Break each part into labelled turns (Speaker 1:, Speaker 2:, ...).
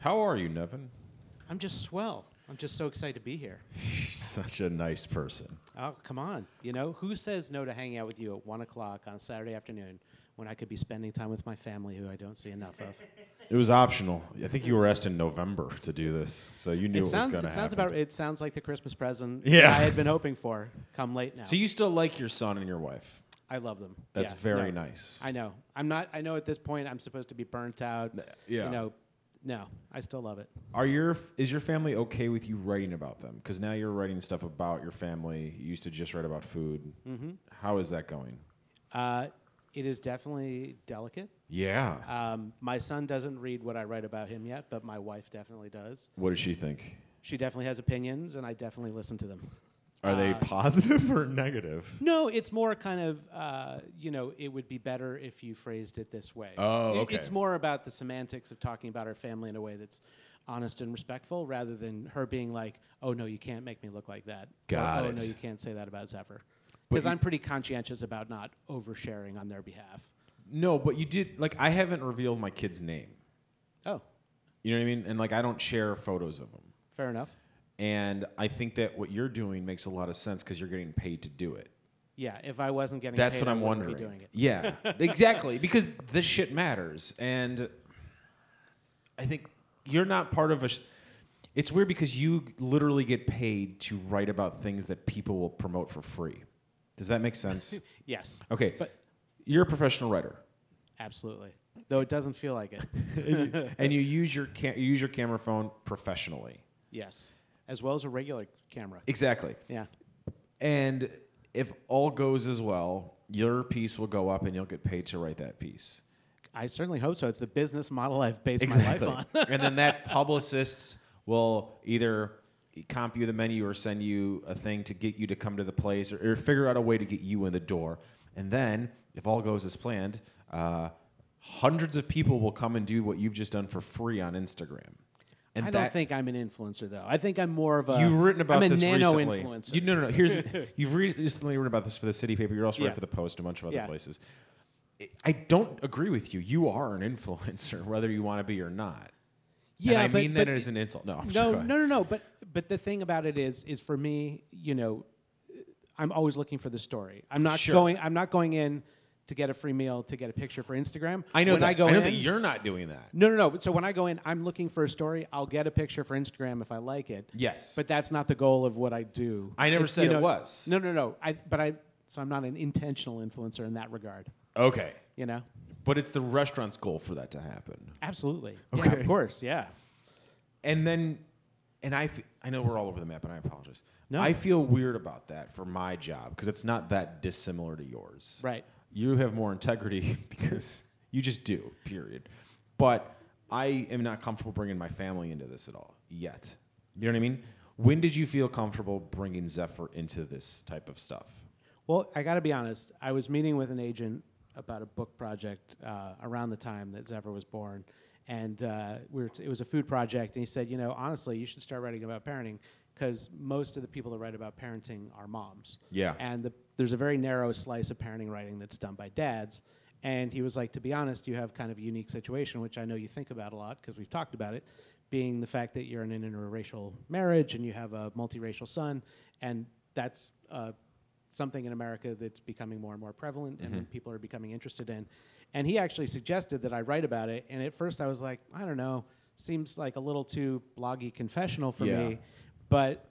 Speaker 1: How are you, Nevin?
Speaker 2: I'm just swell. I'm just so excited to be here.
Speaker 1: You're such a nice person.
Speaker 2: Oh, come on. You know, who says no to hanging out with you at 1 o'clock on a Saturday afternoon when I could be spending time with my family who I don't see enough of?
Speaker 1: It was optional. I think you were asked in November to do this, so you knew it,
Speaker 2: it
Speaker 1: was
Speaker 2: sounds,
Speaker 1: going to
Speaker 2: it sounds
Speaker 1: happen.
Speaker 2: about it sounds like the Christmas present
Speaker 1: Yeah.
Speaker 2: I had been hoping for come late now.
Speaker 1: so you still like your son and your wife.
Speaker 2: I love them.
Speaker 1: That's
Speaker 2: Yeah,
Speaker 1: very
Speaker 2: no,
Speaker 1: nice.
Speaker 2: I know. I'm not I know at this point I'm supposed to be burnt out.
Speaker 1: yeah.
Speaker 2: You know, no, I still love it.
Speaker 1: Are your f- is your family okay with you writing about them? Because now you're writing stuff about your family. You used to just write about food. Mm-hmm. is that going?
Speaker 2: Uh, it is definitely delicate.
Speaker 1: Yeah.
Speaker 2: Um, my son doesn't read what I write about him yet, but my wife definitely does.
Speaker 1: what does she think?
Speaker 2: She definitely has opinions, and I definitely listen to them.
Speaker 1: Are they positive or negative?
Speaker 2: No, it's more kind of, uh, you know, it would be better if you phrased it this way.
Speaker 1: Oh,
Speaker 2: It-
Speaker 1: okay.
Speaker 2: It's more about the semantics of talking about our family in a way that's honest and respectful rather than her being like, oh, no, you can't make me look like that.
Speaker 1: Got it.
Speaker 2: or, Oh, no, you can't say that about Zephyr. Because I'm pretty conscientious about not oversharing on their behalf.
Speaker 1: No, but you did. Like I haven't revealed my kid's name.
Speaker 2: Oh,
Speaker 1: You know what I mean? And like I don't share photos of them.
Speaker 2: fair enough.
Speaker 1: And I think that what you're doing makes a lot of sense because you're getting paid to do it.
Speaker 2: Yeah, if I wasn't getting
Speaker 1: That's
Speaker 2: paid,
Speaker 1: what
Speaker 2: I
Speaker 1: I'm
Speaker 2: wouldn't be
Speaker 1: wondering.
Speaker 2: doing it.
Speaker 1: Yeah, exactly. Because this shit matters, and I think you're not part of a. Sh- it's weird because you literally get paid to write about things that people will promote for free. Does that make sense?
Speaker 2: Yes,
Speaker 1: Okay,
Speaker 2: But-
Speaker 1: you're a professional writer,
Speaker 2: absolutely. Though it doesn't feel like it.
Speaker 1: and you use your ca- you use your camera phone professionally.
Speaker 2: Yes, as well as a regular camera.
Speaker 1: Exactly.
Speaker 2: Yeah,
Speaker 1: And if all goes as well, your piece will go up and you'll get paid to write that piece.
Speaker 2: I certainly hope so. It's the business model I've based my life on.
Speaker 1: and then that publicist will either comp you the menu or send you a thing to get you to come to the place or, or figure out a way to get you in the door. And then, if all goes as planned, uh, hundreds of people will come and do what you've just done for free on Instagram. And
Speaker 2: I don't
Speaker 1: that,
Speaker 2: think I'm an influencer though. I think I'm more of a.
Speaker 1: You've written about
Speaker 2: Uh, I'm a
Speaker 1: this
Speaker 2: nano
Speaker 1: recently.
Speaker 2: influencer.
Speaker 1: You, no, no, no. Here's you've recently written about this for the city paper. You're also
Speaker 2: Yeah.
Speaker 1: writing for the Post, a bunch of other
Speaker 2: Yeah.
Speaker 1: places. I- I don't agree with you. You are an influencer, whether you want to be or not. and
Speaker 2: yeah,
Speaker 1: I
Speaker 2: but,
Speaker 1: mean
Speaker 2: but
Speaker 1: that as an insult. No, I'm
Speaker 2: no,
Speaker 1: just-
Speaker 2: no, no, no. But but the thing about it is, is for me, you know, I'm always looking for the story. I'm not
Speaker 1: Sure.
Speaker 2: going. I'm not going in to get a free meal to get a picture for Instagram.
Speaker 1: I know
Speaker 2: when
Speaker 1: that.
Speaker 2: I go
Speaker 1: know
Speaker 2: in,
Speaker 1: that you're not doing that.
Speaker 2: No, no, no. So when I go in, I'm looking for a story. I'll get a picture for Instagram if I like it.
Speaker 1: Yes.
Speaker 2: But that's not the goal of what I do.
Speaker 1: I never said
Speaker 2: you
Speaker 1: it was.
Speaker 2: No, no, no. I but I so I'm not an intentional influencer in that regard.
Speaker 1: Okay,
Speaker 2: You know.
Speaker 1: but it's the restaurant's goal for that to happen.
Speaker 2: Absolutely. Yeah,
Speaker 1: Okay.
Speaker 2: of course. Yeah.
Speaker 1: And then, and I, f- I know we're all over the map, and I apologize.
Speaker 2: No.
Speaker 1: I feel weird about that for my job because it's not that dissimilar to yours.
Speaker 2: Right.
Speaker 1: You have more integrity because you just do. Period. But I am not comfortable bringing my family into this at all yet. You know what I mean? When did you feel comfortable bringing Zephyr into this type of stuff?
Speaker 2: Well, I got to be honest. I was meeting with an agent about a book project uh, around the time that Zephyr was born, and uh, we were t- it was a food project. And he said, you know, honestly, you should start writing about parenting because most of the people that write about parenting are moms.
Speaker 1: Yeah.
Speaker 2: And the, there's a very narrow slice of parenting writing that's done by dads. And he was like, to be honest, you have kind of a unique situation, which I know you think about a lot because we've talked about it, being the fact that you're in an interracial marriage and you have a multiracial son. And that's uh, something in America that's becoming more and more prevalent and
Speaker 1: Mm-hmm.
Speaker 2: that people are becoming interested in. And he actually suggested that I write about it. And at first I was like, I don't know, seems like a little too bloggy confessional for
Speaker 1: Yeah.
Speaker 2: me. But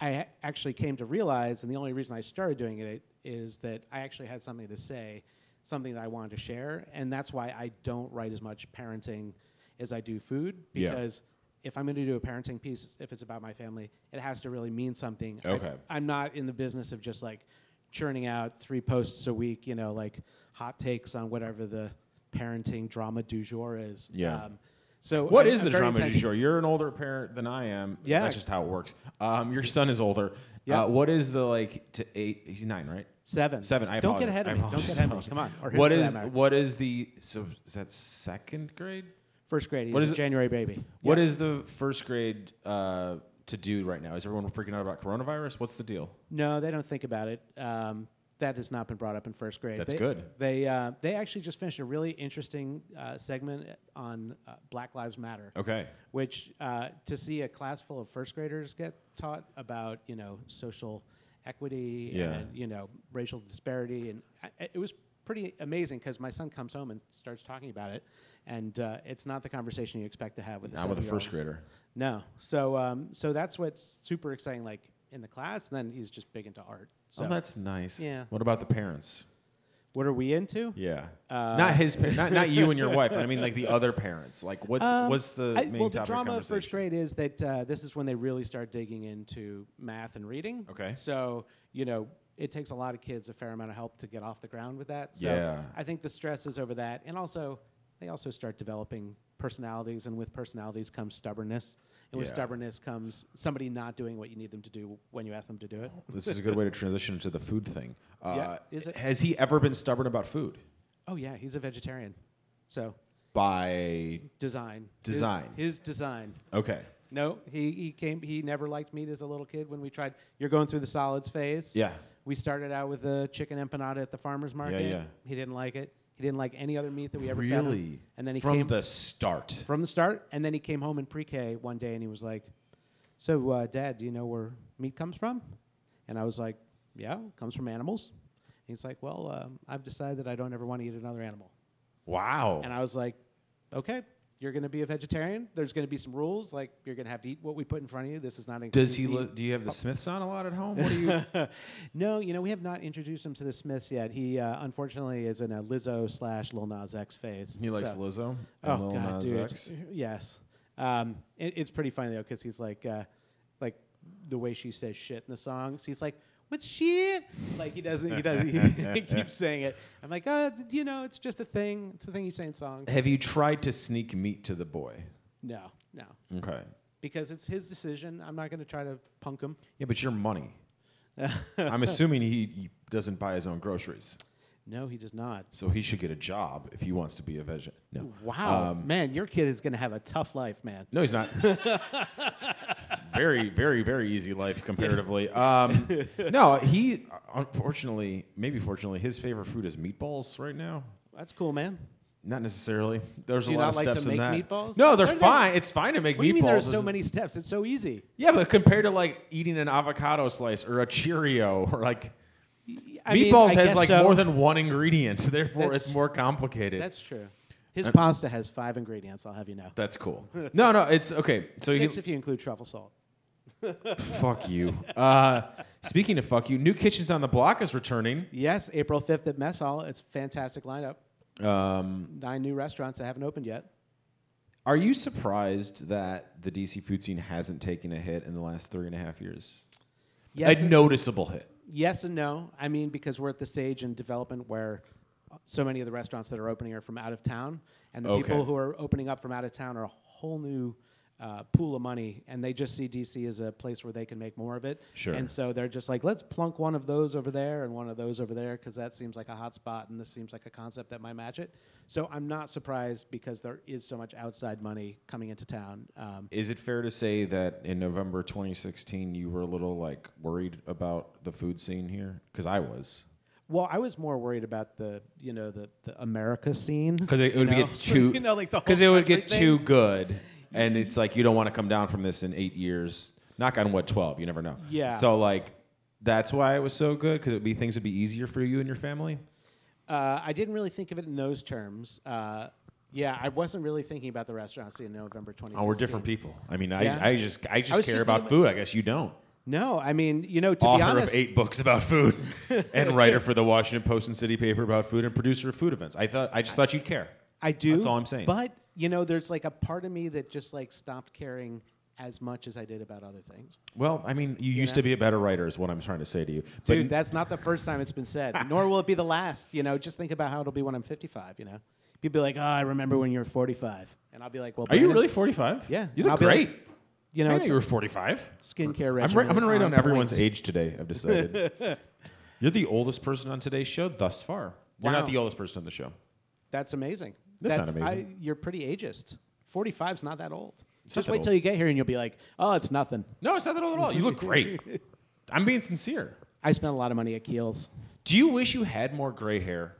Speaker 2: I a- actually came to realize, and the only reason I started doing it is that I actually had something to say, something that I wanted to share, and that's why I don't write as much parenting as I do food
Speaker 1: Yeah.
Speaker 2: because if I'm going to do a parenting piece, if it's about my family, it has to really mean something. I-
Speaker 1: Okay.
Speaker 2: I'm not in the business of just like churning out three posts a week, you know, like hot takes on whatever the parenting drama du jour is. Um,
Speaker 1: Yeah.
Speaker 2: so
Speaker 1: What
Speaker 2: I'm-
Speaker 1: is
Speaker 2: I'm
Speaker 1: the
Speaker 2: very
Speaker 1: drama du
Speaker 2: intention-
Speaker 1: jour? You're an older parent than I am.
Speaker 2: Yeah.
Speaker 1: that's just how it works. Um, your son is older.
Speaker 2: Yeah.
Speaker 1: Uh, what is the like to eight? He's nine, right?
Speaker 2: Seven.
Speaker 1: Seven. I
Speaker 2: don't
Speaker 1: apologize.
Speaker 2: get ahead
Speaker 1: I
Speaker 2: of me. Don't get
Speaker 1: apologize.
Speaker 2: ahead of me. Come on. Or who
Speaker 1: What
Speaker 2: for that
Speaker 1: is
Speaker 2: matter.
Speaker 1: what is the so is that second grade?
Speaker 2: First grade. He's
Speaker 1: What
Speaker 2: a
Speaker 1: is it-
Speaker 2: January baby.
Speaker 1: What is the first grade uh, to do right now? Is everyone freaking out about coronavirus? What's the deal?
Speaker 2: No, they don't think about it. Um, that has not been brought up in first grade.
Speaker 1: That's
Speaker 2: They-
Speaker 1: good.
Speaker 2: They uh, they actually just finished a really interesting uh, segment on uh, Black Lives Matter
Speaker 1: Okay.
Speaker 2: which uh, to see a class full of first graders get taught about you know social equity
Speaker 1: Yeah.
Speaker 2: and you know racial disparity and I- I, it was pretty amazing because my son comes home and starts talking about it and uh, it's not the conversation you expect to have with a
Speaker 1: Not with a
Speaker 2: seven-year-old.
Speaker 1: first grader.
Speaker 2: no so um, so that's what's super exciting like in the class and then he's just big into art so
Speaker 1: oh, that's nice.
Speaker 2: Yeah.
Speaker 1: What about the parents?
Speaker 2: what are we into
Speaker 1: Yeah.
Speaker 2: Uh,
Speaker 1: not his. Pa- not not you and your wife. But I mean, like the other parents. Like, what's
Speaker 2: Um,
Speaker 1: what's the
Speaker 2: I-
Speaker 1: main
Speaker 2: well,
Speaker 1: topic
Speaker 2: the drama of
Speaker 1: conversation?
Speaker 2: first grade is that uh, this is when they really start digging into math and reading.
Speaker 1: Okay.
Speaker 2: So you know it takes a lot of kids a fair amount of help to get off the ground with that. So
Speaker 1: Yeah.
Speaker 2: I think the stress is over that, and also they also start developing personalities, and with personalities comes stubbornness, and with
Speaker 1: Yeah.
Speaker 2: stubbornness comes somebody not doing what you need them to do when you ask them to do it.
Speaker 1: This is a good way to transition to the food thing. Uh,
Speaker 2: Yeah, is it-
Speaker 1: Has he ever been stubborn about food?
Speaker 2: Oh yeah, he's a vegetarian, so
Speaker 1: By
Speaker 2: design. His-
Speaker 1: Design.
Speaker 2: His design.
Speaker 1: okay.
Speaker 2: No, he, he came. He never liked meat as a little kid. When we tried, you're going through the solids phase.
Speaker 1: Yeah.
Speaker 2: We started out with a chicken empanada at the farmer's market.
Speaker 1: yeah.
Speaker 2: He didn't like it. He didn't like any other meat that we ever fed him.
Speaker 1: Really.
Speaker 2: And then he
Speaker 1: from
Speaker 2: came
Speaker 1: the start.
Speaker 2: from the start. And then he came home in pre-K one day and he was like, "So, uh, Dad, do you know where meat comes from?" And I was like, "Yeah, it comes from animals." And he's like, "Well, um, I've decided that I don't ever want to eat another animal."
Speaker 1: Wow.
Speaker 2: And I was like, okay, you're going to be a vegetarian. There's going to be some rules. Like, you're going to have to eat what we put in front of you. This is not an
Speaker 1: Does
Speaker 2: excuse
Speaker 1: he?
Speaker 2: to
Speaker 1: Li-
Speaker 2: eat-
Speaker 1: do you have the Smiths on a lot at home? What do you?
Speaker 2: no, you know, we have not introduced him to the Smiths yet. He, uh, unfortunately, is in a Lizzo slash Lil Nas X phase.
Speaker 1: he likes
Speaker 2: So-
Speaker 1: Lizzo. and
Speaker 2: Oh,
Speaker 1: Lil
Speaker 2: God,
Speaker 1: Nas
Speaker 2: dude.
Speaker 1: X?
Speaker 2: Yes. Um, it, it's pretty funny, though, because he's like, uh, like, the way she says shit in the songs, he's like, what's shit? Like, he doesn't, he doesn't, he keeps saying it. I'm like, uh, you know, it's just a thing. It's a thing you say in songs.
Speaker 1: Have you tried to sneak meat to the boy?
Speaker 2: No, no.
Speaker 1: Okay.
Speaker 2: because it's his decision. I'm not going to try to punk him.
Speaker 1: Yeah, but your money. I'm assuming he, he doesn't buy his own groceries,
Speaker 2: No, he does not.
Speaker 1: so he should get a job if he wants to be a vegan. No,
Speaker 2: Wow,
Speaker 1: Um,
Speaker 2: man, your kid is going to have a tough life, man.
Speaker 1: no, he's not. very, very, very easy life comparatively. Um, no, he unfortunately, maybe fortunately, his favorite food is meatballs right now.
Speaker 2: That's cool, man.
Speaker 1: Not necessarily. There's
Speaker 2: Do
Speaker 1: a
Speaker 2: you
Speaker 1: lot
Speaker 2: not
Speaker 1: of
Speaker 2: like to
Speaker 1: steps in that.
Speaker 2: make meatballs?
Speaker 1: No, they're
Speaker 2: What do they-
Speaker 1: fine. It's fine to make
Speaker 2: What
Speaker 1: meatballs.
Speaker 2: do you mean there's so
Speaker 1: It's-
Speaker 2: many steps? It's so easy.
Speaker 1: Yeah, but compared to like eating an avocado slice or a Cheerio or like
Speaker 2: I mean,
Speaker 1: meatballs
Speaker 2: I
Speaker 1: has
Speaker 2: guess
Speaker 1: like
Speaker 2: so.
Speaker 1: more than one ingredient, therefore
Speaker 2: That's-
Speaker 1: it's more complicated. That's,
Speaker 2: That's true. His pasta has five ingredients. I'll have you know.
Speaker 1: cool. no, no, it's okay. So
Speaker 2: Six
Speaker 1: you
Speaker 2: if you include truffle salt.
Speaker 1: fuck you. Uh, speaking of fuck you, New Kitchens on the Block is returning.
Speaker 2: Yes, April 5th at Mess Hall. It's fantastic lineup.
Speaker 1: Um,
Speaker 2: Nine new restaurants that haven't opened yet.
Speaker 1: are you surprised that the DC food scene hasn't taken a hit in the last three and a half years?
Speaker 2: Yes,
Speaker 1: a
Speaker 2: and-
Speaker 1: noticeable hit.
Speaker 2: Yes and no. I mean, because we're at the stage in development where so many of the restaurants that are opening are from out of town, and the
Speaker 1: Okay.
Speaker 2: people who are opening up from out of town are a whole new uh, pool of money, and they just see DC as a place where they can make more of it.
Speaker 1: Sure.
Speaker 2: And so they're just like, let's plunk one of those over there and one of those over there because that seems like a hot spot, and this seems like a concept that might match it. So I'm not surprised because there is so much outside money coming into town. Um,
Speaker 1: Is it fair to say that in November 2016 you were a little like worried about the food scene here? Because I was.
Speaker 2: Well, I was more worried about the you know the, the America scene
Speaker 1: 'Cause it would
Speaker 2: you know?
Speaker 1: get too-
Speaker 2: you know like the
Speaker 1: Because it
Speaker 2: whole
Speaker 1: would get
Speaker 2: country
Speaker 1: too
Speaker 2: thing.
Speaker 1: good, and it's like you don't want to come down from this in eight years. Knock on what twelve? You never know.
Speaker 2: Yeah.
Speaker 1: So like, that's why it was so good because it would be things would be easier for you and your family.
Speaker 2: Uh, I didn't really think of it in those terms. Uh, yeah, I wasn't really thinking about the restaurant scene in November 2016.
Speaker 1: Oh, we're different people. I mean,
Speaker 2: Yeah.
Speaker 1: I, I just I just
Speaker 2: was
Speaker 1: care
Speaker 2: just
Speaker 1: about
Speaker 2: thinking-
Speaker 1: food. I guess you don't.
Speaker 2: No, I mean you know to be
Speaker 1: Author
Speaker 2: honest,
Speaker 1: of eight books about food, and writer for the Washington Post and City Paper about food, and producer of food events. I thought I just thought you'd care.
Speaker 2: I do.
Speaker 1: That's all I'm saying.
Speaker 2: But you know, there's like a part of me that just like stopped caring as much as I did about other things.
Speaker 1: Well, I mean, you, used
Speaker 2: know?
Speaker 1: to be a better writer, is what I'm trying to say to you. But
Speaker 2: Dude, that's not the first time it's been said, nor will it be the last. You know, just think about how it'll be when I'm 55. You know, people be like, "Oh, I remember when you were 45," and I'll be like, "Well,
Speaker 1: are you
Speaker 2: Brandon,
Speaker 1: really 45?
Speaker 2: Yeah,
Speaker 1: you
Speaker 2: and I'll
Speaker 1: look
Speaker 2: be like-
Speaker 1: great.
Speaker 2: You
Speaker 1: I
Speaker 2: know,
Speaker 1: know
Speaker 2: it's
Speaker 1: you were 45.
Speaker 2: skincare
Speaker 1: I'm,
Speaker 2: regimen.
Speaker 1: ri- I'm going to
Speaker 2: is
Speaker 1: rate on, everyone's
Speaker 2: point.
Speaker 1: age today, I've decided. You're the oldest person on today's show thus far. You're
Speaker 2: Wow.
Speaker 1: not the oldest person on the show.
Speaker 2: That's amazing.
Speaker 1: That's not amazing.
Speaker 2: I, you're pretty ageist. 45 is not that old.
Speaker 1: It's not
Speaker 2: Just
Speaker 1: that
Speaker 2: wait till
Speaker 1: old.
Speaker 2: you get here and you'll be like, oh, it's nothing.
Speaker 1: No, it's not that old at all. You look great. I'm being sincere.
Speaker 2: I spent a lot of money at Kiehl's.
Speaker 1: Do you wish you had more gray hair?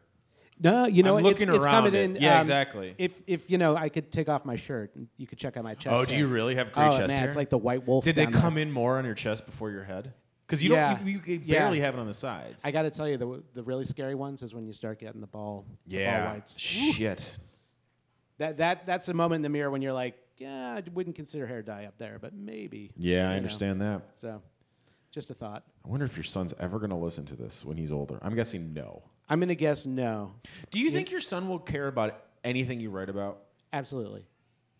Speaker 2: No, you know
Speaker 1: I'm
Speaker 2: what, it's,
Speaker 1: looking
Speaker 2: it's coming
Speaker 1: around it.
Speaker 2: in. um,
Speaker 1: Yeah, exactly.
Speaker 2: If if you know, I could take off my shirt and you could check out my chest.
Speaker 1: Oh, do you
Speaker 2: hair.
Speaker 1: really have gray
Speaker 2: oh,
Speaker 1: chest
Speaker 2: man,
Speaker 1: hair?
Speaker 2: It's like the white wolf.
Speaker 1: Did they
Speaker 2: down there.
Speaker 1: come in more on your chest before your head? Because you
Speaker 2: Yeah.
Speaker 1: don't, you, you
Speaker 2: Yeah.
Speaker 1: barely have it on the sides.
Speaker 2: I got to tell you, the the really scary ones is when you start getting the ball. the ball
Speaker 1: yeah.
Speaker 2: whites.
Speaker 1: Shit.
Speaker 2: That that that's a moment in the mirror when you're like, yeah, I wouldn't consider hair dye up there, but maybe.
Speaker 1: Yeah,
Speaker 2: you
Speaker 1: I
Speaker 2: know.
Speaker 1: understand that.
Speaker 2: So, just a thought.
Speaker 1: I wonder if your son's ever going to listen to this when he's older. I'm guessing no.
Speaker 2: I'm gonna guess no.
Speaker 1: Do you think your son will care about anything you write about?
Speaker 2: Absolutely.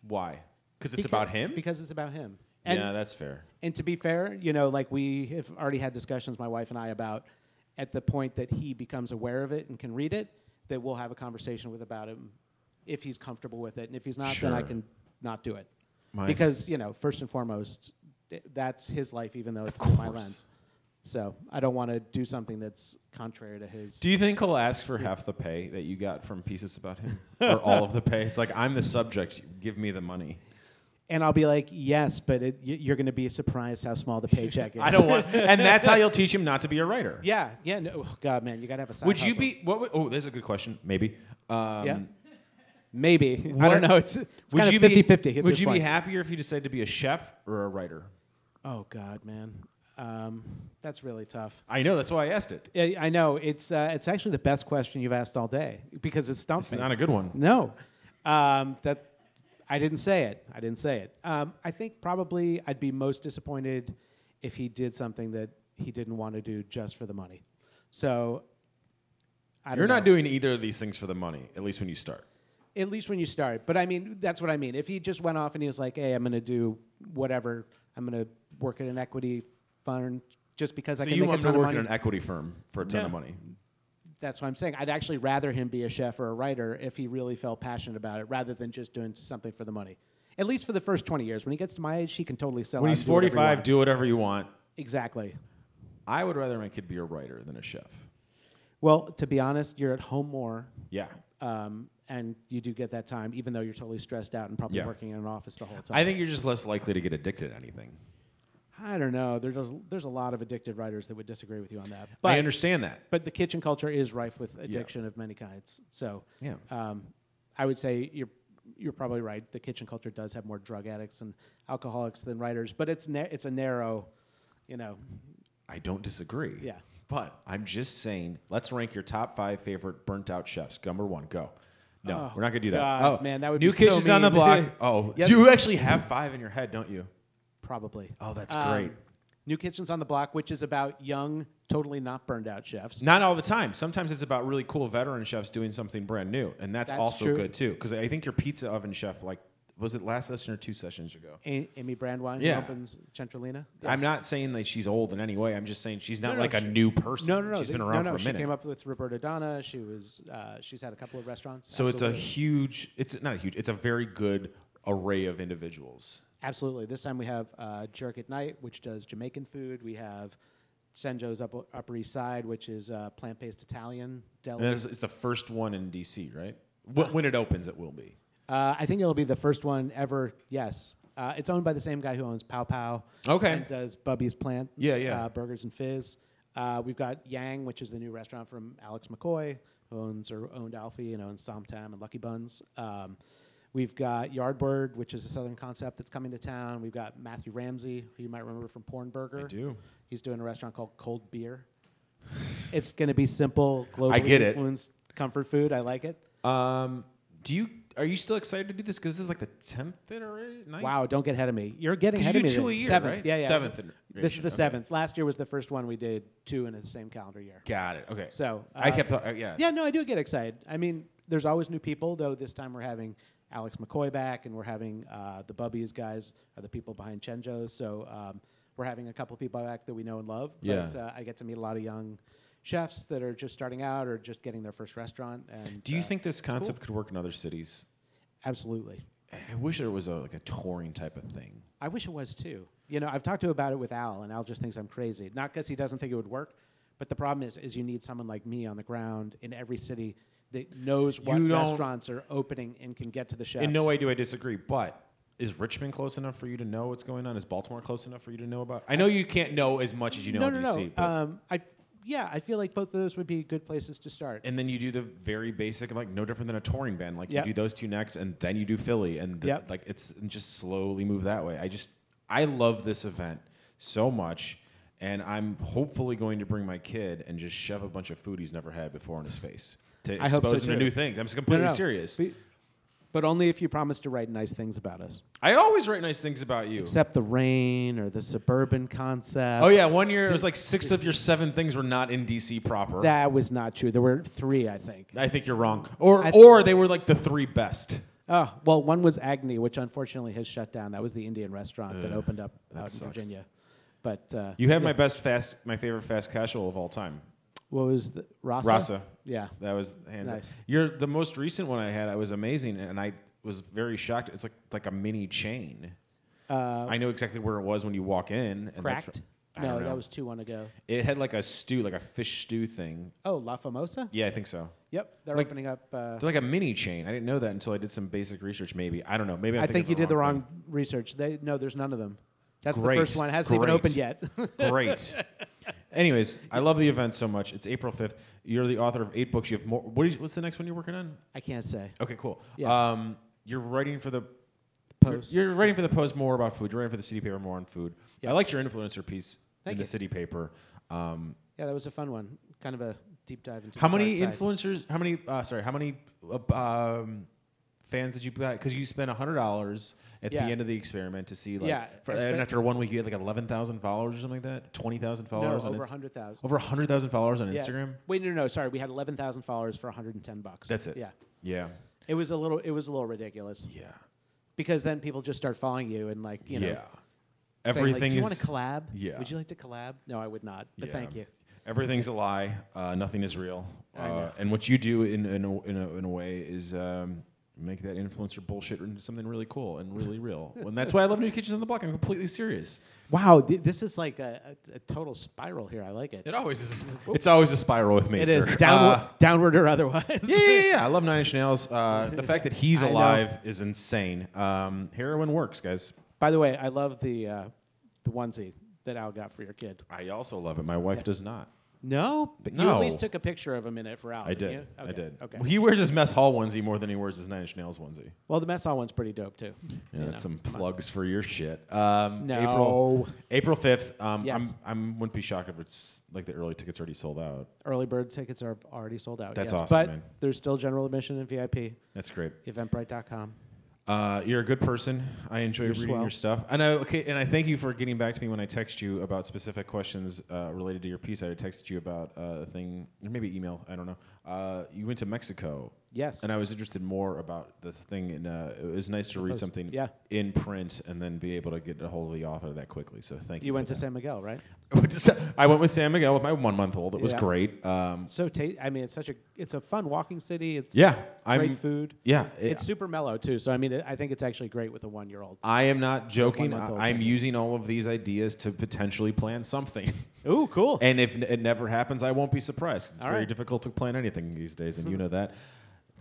Speaker 1: Why? Because it's
Speaker 2: Beca-
Speaker 1: about him?
Speaker 2: Because it's about him. And
Speaker 1: yeah, that's fair.
Speaker 2: And to be fair, you know, like we have already had discussions, my wife and I, about at the point that he becomes aware of it and can read it, that we'll have a conversation with about him if he's comfortable with it. And if he's not, then I
Speaker 1: Sure.
Speaker 2: can not do it.
Speaker 1: My-
Speaker 2: because, you know, first and foremost, th- that's his life, even though it's
Speaker 1: Of
Speaker 2: through my
Speaker 1: course.
Speaker 2: lens. So I don't want to do something that's contrary to his.
Speaker 1: Do you think he'll ask for half the pay that you got from pieces about him? or all of the pay? It's like, I'm the subject. Give me the money.
Speaker 2: and I'll be like, yes, but it, y- you're going to be surprised how small the paycheck is.
Speaker 1: I don't want. And that's how you'll teach him not to be a writer.
Speaker 2: Yeah, yeah. No, oh, God, man, you got to have a side
Speaker 1: Would you
Speaker 2: hustle.
Speaker 1: be? What? Would, oh, there's a good question. Maybe. Um,
Speaker 2: Yeah. Maybe. I
Speaker 1: What-
Speaker 2: don't know. It's, it's
Speaker 1: Would
Speaker 2: kind
Speaker 1: you
Speaker 2: of 50
Speaker 1: be
Speaker 2: 50.
Speaker 1: Would you be happier if you decided to be a chef or a writer?
Speaker 2: Oh, God, man. Um, that's really tough.
Speaker 1: I know. That's why I asked it.
Speaker 2: I, I know. It's, uh, it's actually the best question you've asked all day because it stumped
Speaker 1: It's
Speaker 2: me.
Speaker 1: not a good one.
Speaker 2: no. Um, that, I didn't say it. I didn't say it. Um, I think probably I'd be most disappointed if he did something that he didn't want to do just for the money. So I don't
Speaker 1: You're
Speaker 2: know.
Speaker 1: not doing either of these things for the money, at least when you start.
Speaker 2: At least when you start. But I mean, that's what I mean. If he just went off and he was like, hey, I'm going to do whatever, I'm going to work at an equity fund just because I
Speaker 1: So
Speaker 2: can
Speaker 1: you
Speaker 2: make
Speaker 1: want
Speaker 2: a
Speaker 1: him
Speaker 2: ton
Speaker 1: to
Speaker 2: of
Speaker 1: work
Speaker 2: money.
Speaker 1: in an equity firm for a ton of
Speaker 2: No.
Speaker 1: money.
Speaker 2: that's what I'm saying. I'd actually rather him be a chef or a writer if he really felt passionate about it rather than just doing something for the money. At least for the first 20 years. When he gets to my age, he can totally sell
Speaker 1: When
Speaker 2: out
Speaker 1: he's
Speaker 2: and do whatever he
Speaker 1: 45,
Speaker 2: wants.
Speaker 1: do whatever you want.
Speaker 2: Exactly.
Speaker 1: I would rather my kid be a writer than a chef.
Speaker 2: Well, to be honest, you're at home more.
Speaker 1: Yeah.
Speaker 2: Um, and you do get that time, even though you're totally stressed out and probably
Speaker 1: Yeah.
Speaker 2: working in an office the whole time.
Speaker 1: I think you're just less likely to get addicted to anything.
Speaker 2: I don't know. There's there's a lot of addicted writers that would disagree with you on that.
Speaker 1: I
Speaker 2: But
Speaker 1: understand that.
Speaker 2: but the kitchen culture is rife with addiction of many kinds. So
Speaker 1: Yeah.
Speaker 2: um, I would say you're you're probably right. The kitchen culture does have more drug addicts and alcoholics than writers, but it's na- it's a narrow, you know,
Speaker 1: I don't disagree.
Speaker 2: Yeah.
Speaker 1: But I'm just saying, let's rank your top five favorite burnt out chefs. Number one, go. No,
Speaker 2: Oh,
Speaker 1: we're not gonna do that.
Speaker 2: God, man, that would
Speaker 1: new
Speaker 2: be so
Speaker 1: kitchens on the
Speaker 2: mean.
Speaker 1: block. Oh,
Speaker 2: Yes.
Speaker 1: you actually have five in your head, don't you?
Speaker 2: probably.
Speaker 1: Oh, that's
Speaker 2: Um,
Speaker 1: great.
Speaker 2: New Kitchens on the Block, which is about young, totally not burned out chefs.
Speaker 1: Not all the time. Sometimes it's about really cool veteran chefs doing something brand new, and that's,
Speaker 2: That's
Speaker 1: also
Speaker 2: true.
Speaker 1: good too. Because I think your pizza oven chef, like, was it last session or two sessions ago?
Speaker 2: A- Amy Brandwine who
Speaker 1: Yeah.
Speaker 2: opens Centralina.
Speaker 1: I'm not saying that she's old in any way. I'm just saying she's not
Speaker 2: No, no,
Speaker 1: like a
Speaker 2: she-
Speaker 1: new person.
Speaker 2: No, no, no.
Speaker 1: She's
Speaker 2: they-
Speaker 1: been around
Speaker 2: no, no,
Speaker 1: for a
Speaker 2: she
Speaker 1: minute.
Speaker 2: came up with Roberta Donna. She was, uh, she's had a couple of restaurants.
Speaker 1: so it's a
Speaker 2: Absolutely.
Speaker 1: huge. It's not a huge. It's a very good array of individuals.
Speaker 2: Absolutely. This time we have uh, Jerk at Night, which does Jamaican food. We have Senjo's Upper, Upper East Side, which is uh, plant-based Italian
Speaker 1: And
Speaker 2: deli.
Speaker 1: it's, it's the first one in DC, right? Wh- When it opens, it will be.
Speaker 2: Uh, I think it'll be the first one ever. Yes, uh, it's owned by the same guy who owns Pow Pow.
Speaker 1: Okay.
Speaker 2: And does Bubby's Plant.
Speaker 1: Yeah, yeah.
Speaker 2: Uh, burgers and Fizz. Uh, we've got Yang, which is the new restaurant from Alex McCoy, who owns or owned Alfie and owns Somtam and Lucky Buns. Um, we've got Yardbird, which is a southern concept that's coming to town. We've got Matthew Ramsey, who you might remember from Porn Burger.
Speaker 1: I do.
Speaker 2: He's doing a restaurant called Cold Beer. it's going to be simple, globally
Speaker 1: get it.
Speaker 2: influenced comfort food. I like it.
Speaker 1: Um, do you are you still excited to do this? Because this is like the tenth iteration. ninth?
Speaker 2: Wow, don't get ahead of me. You're getting
Speaker 1: 'Cause
Speaker 2: ahead
Speaker 1: you
Speaker 2: of me.
Speaker 1: do two
Speaker 2: then.
Speaker 1: a year,
Speaker 2: seventh.
Speaker 1: right?
Speaker 2: Yeah, yeah.
Speaker 1: Seventh
Speaker 2: This is
Speaker 1: iteration,
Speaker 2: the
Speaker 1: okay.
Speaker 2: seventh. Last year was the first one we did two in the same calendar year.
Speaker 1: Got it. Okay.
Speaker 2: So,
Speaker 1: I
Speaker 2: uh,
Speaker 1: kept. thought- uh, yeah.
Speaker 2: Yeah, no, I do get excited. I mean, there's always new people, though. This time we're having Alex McCoy back, and we're having uh, the Bubbies guys are the people behind Chenjo's. So um, we're having a couple people back that we know and love.
Speaker 1: Yeah.
Speaker 2: But uh, I get to meet a lot of young chefs that are just starting out or just getting their first restaurant. And
Speaker 1: Do you
Speaker 2: uh,
Speaker 1: think this concept could work in other cities?
Speaker 2: absolutely?
Speaker 1: I wish there was a, like a touring type of thing.
Speaker 2: I wish it was too. You know, I've talked to him about it with Al, and Al just thinks I'm crazy. Not because he doesn't think it would work, but the problem is, is you need someone like me on the ground in every city that knows what
Speaker 1: You don't-
Speaker 2: restaurants are opening and can get to the chefs.
Speaker 1: In no way do I disagree, but is Richmond close enough for you to know what's going on? Is Baltimore close enough for you to know about? I know you can't know as much as you know
Speaker 2: No,
Speaker 1: in
Speaker 2: no,
Speaker 1: DC,
Speaker 2: no.
Speaker 1: but
Speaker 2: Um, I yeah, I feel like both of those would be good places to start.
Speaker 1: And then you do the very basic, like no different than a touring band. Like
Speaker 2: Yep.
Speaker 1: you do those two next, and then you do Philly, and the,
Speaker 2: Yep.
Speaker 1: like it's and just slowly move that way. I just I love this event so much, and I'm hopefully going to bring my kid and just shove a bunch of food he's never had before in his face to
Speaker 2: I hope so,
Speaker 1: expose him to
Speaker 2: too.
Speaker 1: new things. I'm just
Speaker 2: No,
Speaker 1: completely
Speaker 2: no, no.
Speaker 1: serious.
Speaker 2: But, but only if you promise to write nice things about us,
Speaker 1: I always write nice things about you.
Speaker 2: except the rain or the suburban concept.
Speaker 1: oh yeah, one year it was like six of your seven things were not in DC proper.
Speaker 2: that was not true. There were three, I think.
Speaker 1: I think you're wrong, or
Speaker 2: I th-
Speaker 1: or they were like the three best.
Speaker 2: Oh, well, one was Agni, which unfortunately has shut down. That was the Indian restaurant that
Speaker 1: Ugh,
Speaker 2: opened up
Speaker 1: that
Speaker 2: out in
Speaker 1: sucks.
Speaker 2: Virginia. But uh,
Speaker 1: You have my best fast, my favorite fast casual of all time,
Speaker 2: what was the Rasa?
Speaker 1: Rasa.
Speaker 2: Yeah.
Speaker 1: That was hands
Speaker 2: Nice.
Speaker 1: up. You're the most recent one I had. I was amazing, and I was very shocked. It's like like a mini chain.
Speaker 2: Uh,
Speaker 1: I know exactly where it was when you walk in. And that's-
Speaker 2: cracked.
Speaker 1: I
Speaker 2: No,
Speaker 1: don't know.
Speaker 2: that was two one ago.
Speaker 1: It had like a stew, like a fish stew thing.
Speaker 2: Oh, La Famosa.
Speaker 1: Yeah, I think so.
Speaker 2: Yep, they're
Speaker 1: Like-
Speaker 2: opening up. Uh,
Speaker 1: They're like a mini chain. I didn't know that until I did some basic research. Maybe I don't know. Maybe i
Speaker 2: I think you did the wrong research. They no, there's none of them. That's
Speaker 1: Great,
Speaker 2: the first one. It hasn't
Speaker 1: great.
Speaker 2: even opened yet.
Speaker 1: thing. Great. Anyways, I love the event so much. It's April fifth. You're the author of eight books. You have more. What is, what's the next one you're working on?
Speaker 2: I can't say.
Speaker 1: Okay, cool.
Speaker 2: Yeah.
Speaker 1: Um, you're writing for the
Speaker 2: Post.
Speaker 1: You're, you're writing for the post more about food. You're writing for the city paper more on food.
Speaker 2: Yeah.
Speaker 1: I liked your influencer piece
Speaker 2: Thank
Speaker 1: in
Speaker 2: you.
Speaker 1: the city paper. Um,
Speaker 2: yeah, that was a fun one. Kind of a deep dive into
Speaker 1: how
Speaker 2: the
Speaker 1: many
Speaker 2: dark side.
Speaker 1: influencers? How many? Uh, sorry, how many uh, um, fans did you got? Because you spent hundred dollars at
Speaker 2: Yeah.
Speaker 1: the end of the experiment to see like,
Speaker 2: Yeah,
Speaker 1: for-
Speaker 2: I
Speaker 1: and
Speaker 2: spent-
Speaker 1: after one week you had like eleven thousand followers or something like that. Twenty thousand
Speaker 2: No,
Speaker 1: followers on
Speaker 2: over
Speaker 1: Inst-
Speaker 2: hundred thousand.
Speaker 1: over hundred thousand followers on
Speaker 2: Yeah.
Speaker 1: Instagram.
Speaker 2: Wait, no, no, no, sorry. We had eleven thousand followers for 110 bucks.
Speaker 1: That's it.
Speaker 2: Yeah,
Speaker 1: Yeah,
Speaker 2: it was a little, it was a little ridiculous
Speaker 1: yeah,
Speaker 2: because then people just start following you and like, you know,
Speaker 1: yeah.
Speaker 2: saying, like,
Speaker 1: Everything
Speaker 2: Do
Speaker 1: is
Speaker 2: you want to collab?
Speaker 1: Yeah.
Speaker 2: Would you like to collab? No, I would not. But
Speaker 1: Yeah.
Speaker 2: thank you.
Speaker 1: Everything's a lie. Uh, nothing is real.
Speaker 2: I know.
Speaker 1: Uh, and what you do in in a, in, a, in a way is um, make that influencer bullshit into something really cool and really real. and that's why I love New Kitchens on the Block. I'm completely serious.
Speaker 2: Wow, th- this is like a, a, a total spiral here. I like it.
Speaker 1: It always is. A, sp- it's always a spiral with me.
Speaker 2: It
Speaker 1: sir.
Speaker 2: is downward,
Speaker 1: Uh,
Speaker 2: downward or otherwise.
Speaker 1: yeah, yeah, yeah. I love Nine Inch Nails. Uh, the fact that he's
Speaker 2: I know.
Speaker 1: alive is insane. Um, heroin works, guys.
Speaker 2: By the way, I love the uh, the onesie that Al got for your kid.
Speaker 1: I also love it. My wife does not.
Speaker 2: No, but you at
Speaker 1: No.
Speaker 2: least took a picture of him in it for Al.
Speaker 1: I
Speaker 2: didn't
Speaker 1: did.
Speaker 2: you?
Speaker 1: I
Speaker 2: Okay,
Speaker 1: did.
Speaker 2: Okay.
Speaker 1: Well, he wears his mess hall onesie more than he wears his Nine Inch Nails onesie.
Speaker 2: Well, the Mess Hall one's pretty dope too.
Speaker 1: Yeah,
Speaker 2: You
Speaker 1: that's
Speaker 2: know,
Speaker 1: some
Speaker 2: come on.
Speaker 1: plugs for your shit. Um,
Speaker 2: No.
Speaker 1: April April fifth. Um,
Speaker 2: Yes.
Speaker 1: I'm I'm wouldn't be shocked if it's like the early tickets already sold out.
Speaker 2: Early bird tickets are already sold out.
Speaker 1: That's
Speaker 2: yes.
Speaker 1: awesome,
Speaker 2: But
Speaker 1: man.
Speaker 2: there's still general admission and VIP.
Speaker 1: That's great.
Speaker 2: Eventbrite.com.
Speaker 1: Uh, you're a good person. I enjoy reading
Speaker 2: swell.
Speaker 1: your stuff, and I okay, and I thank you for getting back to me when I text you about specific questions uh, related to your piece. I texted you about uh, a thing, or maybe email. I don't know. Uh, you went to Mexico,
Speaker 2: Yes.
Speaker 1: and I was interested more about the thing. And uh, it was nice to read
Speaker 2: Post-
Speaker 1: something
Speaker 2: Yeah.
Speaker 1: in print and then be able to get a hold of the author that quickly. So thank you.
Speaker 2: You
Speaker 1: for
Speaker 2: went to
Speaker 1: that.
Speaker 2: San Miguel, right?
Speaker 1: I went to Sa- I went with Sam Miguel with my one month old. It was
Speaker 2: Yeah.
Speaker 1: great. Um,
Speaker 2: So, ta- I mean, it's such a it's a fun walking city. It's
Speaker 1: yeah,
Speaker 2: great
Speaker 1: I'm.
Speaker 2: food.
Speaker 1: Yeah, it-
Speaker 2: It's super mellow too. So, I mean, I think it's actually great with a one year old.
Speaker 1: I am not joking.
Speaker 2: One-month-old.
Speaker 1: I, am using all of these ideas to potentially plan something.
Speaker 2: Ooh, cool.
Speaker 1: and if n- it never happens, I won't be surprised. It's
Speaker 2: All
Speaker 1: very
Speaker 2: right.
Speaker 1: difficult to plan anything these days, and you know that.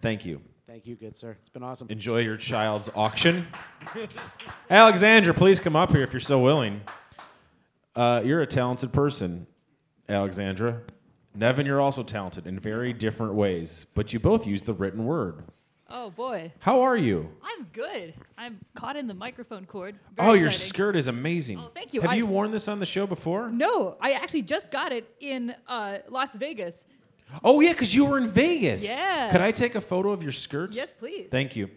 Speaker 1: Thank you.
Speaker 2: Thank you, good sir. It's been awesome.
Speaker 1: Enjoy your child's auction. Alexandra, please come up here if you're so willing. Uh, you're a talented person, Alexandra. Nevin, you're also talented in very different ways, but you both use the written word.
Speaker 3: Oh boy,
Speaker 1: How are you?
Speaker 3: I'm good. I'm caught in the microphone cord. Very
Speaker 1: Oh, your
Speaker 3: exciting.
Speaker 1: skirt is amazing.
Speaker 3: Oh, thank you.
Speaker 1: Have
Speaker 3: I-
Speaker 1: you worn this on the show before?
Speaker 3: No, I actually just got it in uh, Las Vegas.
Speaker 1: Oh, yeah, because you were in Vegas.
Speaker 3: Yeah.
Speaker 1: Could I take a photo of your skirt?
Speaker 3: Yes, please.
Speaker 1: Thank you.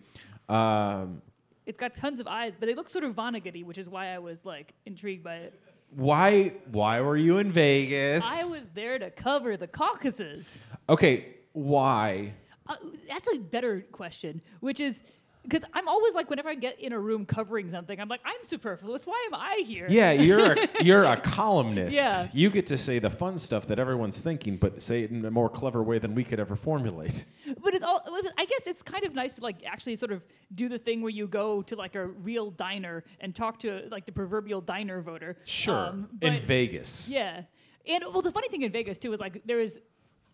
Speaker 1: Um,
Speaker 3: it's got tons of eyes, but they look sort of Vonnegutty, which is why I was like intrigued by it.
Speaker 1: why? Why were you in Vegas?
Speaker 3: I was there to cover the Caucasus.
Speaker 1: okay. Why?
Speaker 3: Uh, that's a better question, which is because I'm always like, whenever I get in a room covering something, I'm like, I'm superfluous. Why am I here?
Speaker 1: Yeah, you're a, you're a columnist.
Speaker 3: Yeah.
Speaker 1: You get to say the fun stuff that everyone's thinking, but say it in a more clever way than we could ever formulate.
Speaker 3: But it's all. I guess it's kind of nice to like actually sort of do the thing where you go to like a real diner and talk to like the proverbial diner voter. Um,
Speaker 1: in
Speaker 3: but-
Speaker 1: Vegas.
Speaker 3: yeah, and well, the funny thing in Vegas too is like there is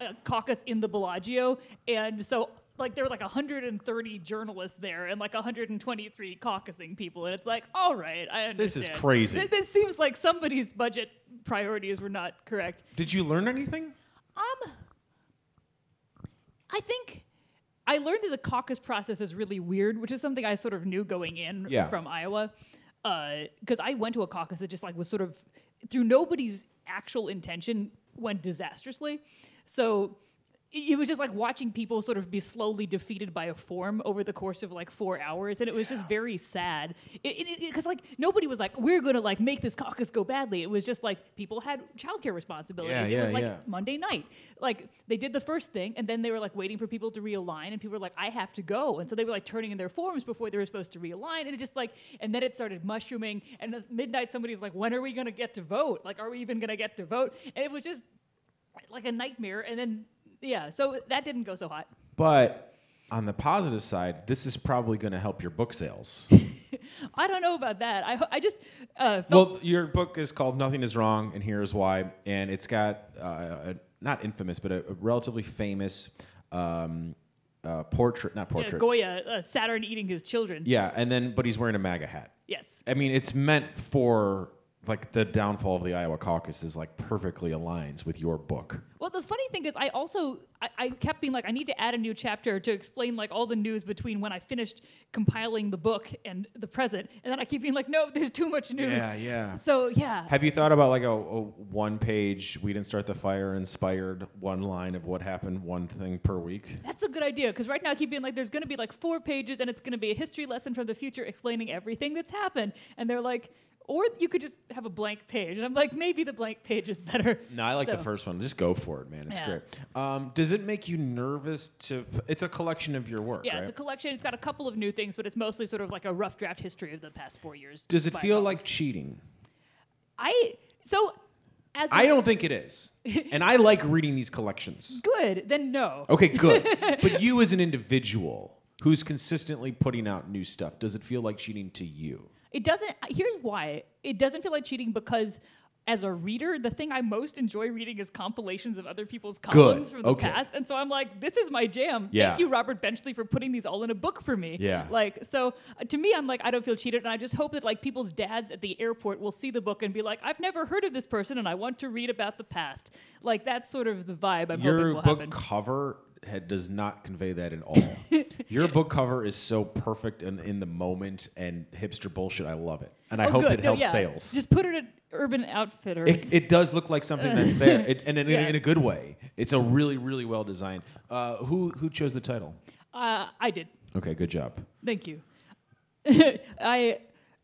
Speaker 3: a caucus in the Bellagio, and so like there were like 130 journalists there and like 123 caucusing people, and it's like, all right, I understand.
Speaker 1: This is crazy.
Speaker 3: Th- This seems like somebody's budget priorities were not correct.
Speaker 1: Did you learn anything?
Speaker 3: Um, I think I learned that the caucus process is really weird, which is something I sort of knew going in
Speaker 1: Yeah.
Speaker 3: from Iowa, because I went to a caucus that just like was sort of through nobody's actual intention went disastrously. So it it was just like watching people sort of be slowly defeated by a form over the course of like four hours, and it was just very sad. Because like nobody was like, "We're gonna like make this caucus go badly." It was just like people had childcare responsibilities.
Speaker 1: Yeah,
Speaker 3: it
Speaker 1: yeah,
Speaker 3: was like
Speaker 1: yeah.
Speaker 3: Monday night. Like they did the first thing, and then they were like waiting for people to realign, and people were like, "I have to go," and so they were like turning in their forms before they were supposed to realign, and it just like, and then it started mushrooming. And at midnight, somebody's like, "When are we gonna get to vote? Like, are we even gonna get to vote?" And it was just like a nightmare. And then yeah, so that didn't go so hot.
Speaker 1: But on the positive side, this is probably going to help your book sales.
Speaker 3: I don't know about that. I ho- I just uh, felt
Speaker 1: well, your book is called Nothing Is Wrong, and Here Is Why. And it's got uh, a, not infamous, but a, a relatively famous um, uh, portrait, not
Speaker 3: uh,
Speaker 1: portrait.
Speaker 3: Goya uh, Saturn eating his children.
Speaker 1: yeah, and then, but he's wearing a MAGA hat.
Speaker 3: Yes.
Speaker 1: I mean, it's meant for like the downfall of the Iowa caucus is like perfectly aligns with your book.
Speaker 3: Well, the funny thing is, I also I, I kept being like, I need to add a new chapter to explain like all the news between when I finished compiling the book and the present, and then I keep being like, no, there's too much news.
Speaker 1: yeah.
Speaker 3: So yeah,
Speaker 1: Have you thought about like a, a one page, we didn't start the fire inspired one line of what happened, one thing per week?
Speaker 3: that's a good idea because right now I keep being like, there's going to be like four pages, and it's going to be a history lesson from the future explaining everything that's happened, and they're like. Or you could just have a blank page, and I'm like, maybe the blank page is better.
Speaker 1: No, I like the
Speaker 3: So-
Speaker 1: first one. Just go for it, man. It's
Speaker 3: Yeah.
Speaker 1: great. Um, does it make you nervous to? It's a collection of your work,
Speaker 3: Yeah,
Speaker 1: right?
Speaker 3: it's a collection. It's got a couple of new things, but it's mostly sort of like a rough draft history of the past four years.
Speaker 1: does it
Speaker 3: by
Speaker 1: feel
Speaker 3: columns.
Speaker 1: like cheating?
Speaker 3: I? So, as
Speaker 1: I don't think it is, and I like reading these collections.
Speaker 3: good, then no.
Speaker 1: Okay, good. but you, as an individual who's consistently putting out new stuff, does it feel like cheating to you?
Speaker 3: It doesn't. Here's why it doesn't feel like cheating because. As a reader, the thing I most enjoy reading is compilations of other people's columns from the
Speaker 1: Okay.
Speaker 3: past, and so I'm like, "This is my jam."
Speaker 1: Yeah.
Speaker 3: Thank you, Robert Benchley, for putting these all in a book for me.
Speaker 1: Yeah.
Speaker 3: Like, so uh, to me, I'm like, I don't feel cheated, and I just hope that like people's dads at the airport will see the book and be like, "I've never heard of this person, and I want to read about the past." Like that's sort of the vibe I'm hoping
Speaker 1: Your
Speaker 3: will
Speaker 1: book
Speaker 3: happen.
Speaker 1: cover had, does not convey that at all. Your book cover is so perfect and in the moment and hipster bullshit. I love it, and I
Speaker 3: Oh,
Speaker 1: hope
Speaker 3: good.
Speaker 1: it
Speaker 3: No,
Speaker 1: helps
Speaker 3: yeah.
Speaker 1: sales.
Speaker 3: Just put it at Urban Outfitters.
Speaker 1: It, it does look like something that's there, it, and in, in-
Speaker 3: Yeah.
Speaker 1: in a good way. It's a really, really well designed. Uh, who who chose the title?
Speaker 3: uh, I did.
Speaker 1: Okay, good job.
Speaker 3: Thank you. I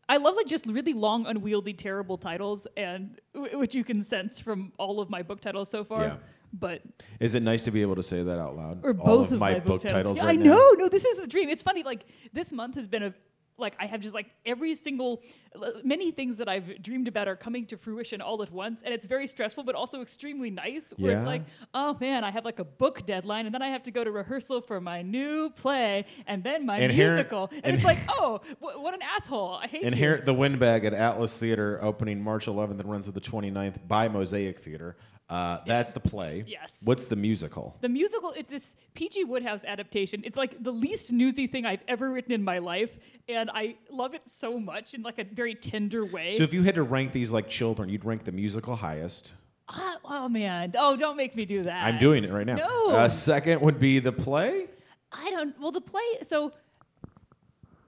Speaker 3: I love like just really long, unwieldy, terrible titles, and w- which you can sense from all of my book titles so far.
Speaker 1: Yeah.
Speaker 3: But
Speaker 1: Is it nice to be able to say that out loud?
Speaker 3: or
Speaker 1: All
Speaker 3: both
Speaker 1: of, my, book titles.
Speaker 3: Yeah,
Speaker 1: right
Speaker 3: I
Speaker 1: now?
Speaker 3: know. No, this is the dream. It's funny. Like this month has been a like I have just like every single many things that I've dreamed about are coming to fruition all at once, and it's very stressful, but also extremely nice. Where
Speaker 1: Yeah.
Speaker 3: it's like, oh man, I have like a book deadline, and then I have to go to rehearsal for my new play, and then my
Speaker 1: And here-
Speaker 3: musical, and,
Speaker 1: and-
Speaker 3: it's like, oh, wh- what an asshole! I hate
Speaker 1: And
Speaker 3: you.
Speaker 1: here at the Windbag at Atlas Theater, opening March 11th and runs to the 29th by Mosaic Theater. Uh, That's the play.
Speaker 3: Yes.
Speaker 1: What's the musical?
Speaker 3: The musical is this P.G. Woodhouse adaptation. It's like the least newsy thing I've ever written in my life, and I love it so much in like a very tender way.
Speaker 1: So if you had to rank these like children, you'd rank the musical highest.
Speaker 3: Ah, oh man! Oh, don't make me do that.
Speaker 1: I'm doing it right now.
Speaker 3: No.
Speaker 1: Uh, second would be the play.
Speaker 3: I don't. Well, the play. So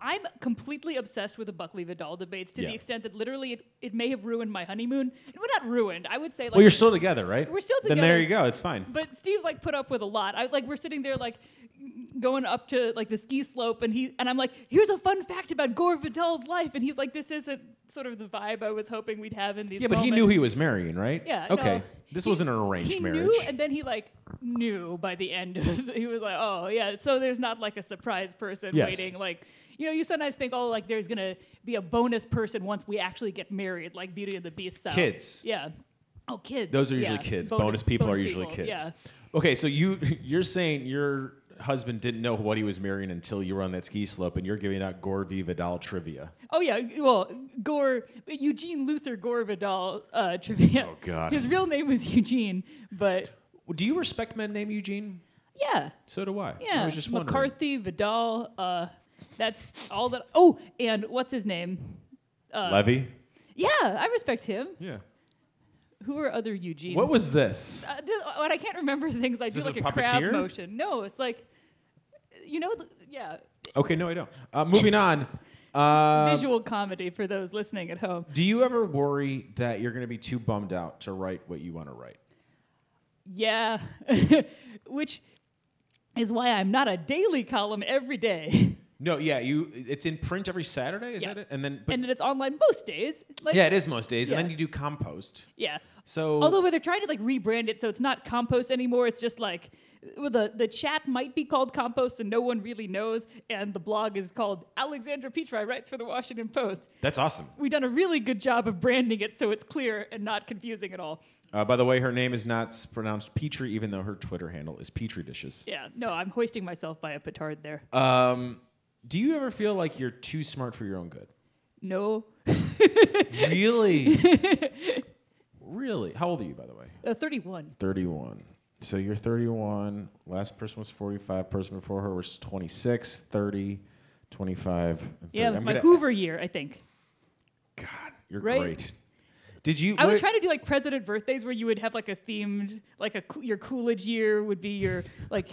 Speaker 3: I'm completely obsessed with the Buckley Vidal debates to
Speaker 1: Yeah.
Speaker 3: the extent that literally it, it may have ruined my honeymoon. Well, not ruined. I would say like.
Speaker 1: Well, you're still together, right?
Speaker 3: We're still
Speaker 1: Then there
Speaker 3: together.
Speaker 1: you go. It's fine.
Speaker 3: but Steve like put up with a lot. I like we're sitting there like going up to like the ski slope and he and I'm like, here's a fun fact about Gore Vidal's life and he's like, this isn't sort of the vibe I was hoping we'd have in these.
Speaker 1: Yeah, but he knew
Speaker 3: moments."
Speaker 1: he was marrying, right?
Speaker 3: Yeah.
Speaker 1: Okay.
Speaker 3: no.
Speaker 1: This
Speaker 3: He-
Speaker 1: wasn't an arranged
Speaker 3: he
Speaker 1: marriage.
Speaker 3: Knew, and then he like knew by the end. Of it. he was like, oh yeah. So there's not like a surprise person
Speaker 1: Yes.
Speaker 3: waiting. Like you know, you sometimes think, oh, like there's gonna be a bonus person once we actually get married, like Beauty and the Beast. Style.
Speaker 1: Kids.
Speaker 3: Yeah. Oh, kids.
Speaker 1: Those are usually
Speaker 3: yeah.
Speaker 1: kids. Bonus, people are usually
Speaker 3: people,
Speaker 1: kids.
Speaker 3: Yeah.
Speaker 1: Okay, so you you're saying your husband didn't know what he was marrying until you were on that ski slope, and you're giving out Gore V. Vidal trivia.
Speaker 3: Oh yeah, well, Gore Eugene Luther Gore Vidal uh, trivia.
Speaker 1: Oh, God.
Speaker 3: His real name was Eugene, but
Speaker 1: Do you respect men named Eugene?
Speaker 3: Yeah.
Speaker 1: So do I.
Speaker 3: Yeah,
Speaker 1: I was just wondering.
Speaker 3: McCarthy, Vidal. Uh, that's all that. Oh, and what's his name? Uh,
Speaker 1: Levy.
Speaker 3: Yeah, I respect him.
Speaker 1: Yeah.
Speaker 3: Who are other Eugenes?
Speaker 1: What was this?
Speaker 3: Uh, th- when I can't remember things, I do
Speaker 1: this
Speaker 3: like
Speaker 1: a
Speaker 3: a, crab
Speaker 1: puppeteer?
Speaker 3: motion. No, it's like, you know, th- yeah,
Speaker 1: Okay, no, I don't. Uh, moving on. Uh,
Speaker 3: visual comedy for those listening at home.
Speaker 1: do you ever worry that you're going to be too bummed out to write what you want to write?
Speaker 3: Yeah, which is why I'm not a daily column every day,
Speaker 1: No, yeah, you. It's in print every Saturday, is
Speaker 3: Yeah.
Speaker 1: that it? And then, but
Speaker 3: and then it's online most days. Like,
Speaker 1: yeah, it Oh. is most days. And
Speaker 3: Yeah.
Speaker 1: then you do compost.
Speaker 3: yeah.
Speaker 1: So
Speaker 3: Although where they're trying to like rebrand it so it's not compost anymore, it's just like well, the the chat might be called compost and no one really knows, and the blog is called Alexandra Petri writes for the Washington Post.
Speaker 1: that's awesome.
Speaker 3: We've done a really good job of branding it so it's clear and not confusing at all.
Speaker 1: Uh, by the way, her name is not s- pronounced Petrie, even though her Twitter handle is Petri Dishes.
Speaker 3: Yeah, no, I'm hoisting myself by a petard there.
Speaker 1: Um, do you ever feel like you're too smart for your own good?
Speaker 3: no,
Speaker 1: Really? really? How old are you, by the way?
Speaker 3: uh, 31.
Speaker 1: 31. So you're 31. Last person was 45. Person before her was 26, 30, 25. And 30.
Speaker 3: Yeah, it was
Speaker 1: I'm
Speaker 3: my
Speaker 1: gonna-
Speaker 3: Hoover year, I think.
Speaker 1: God, you're
Speaker 3: Right?
Speaker 1: great. Did you?
Speaker 3: I was
Speaker 1: wait-
Speaker 3: trying to do like president birthdays where you would have like a themed, like a Coo- your Coolidge year would be your like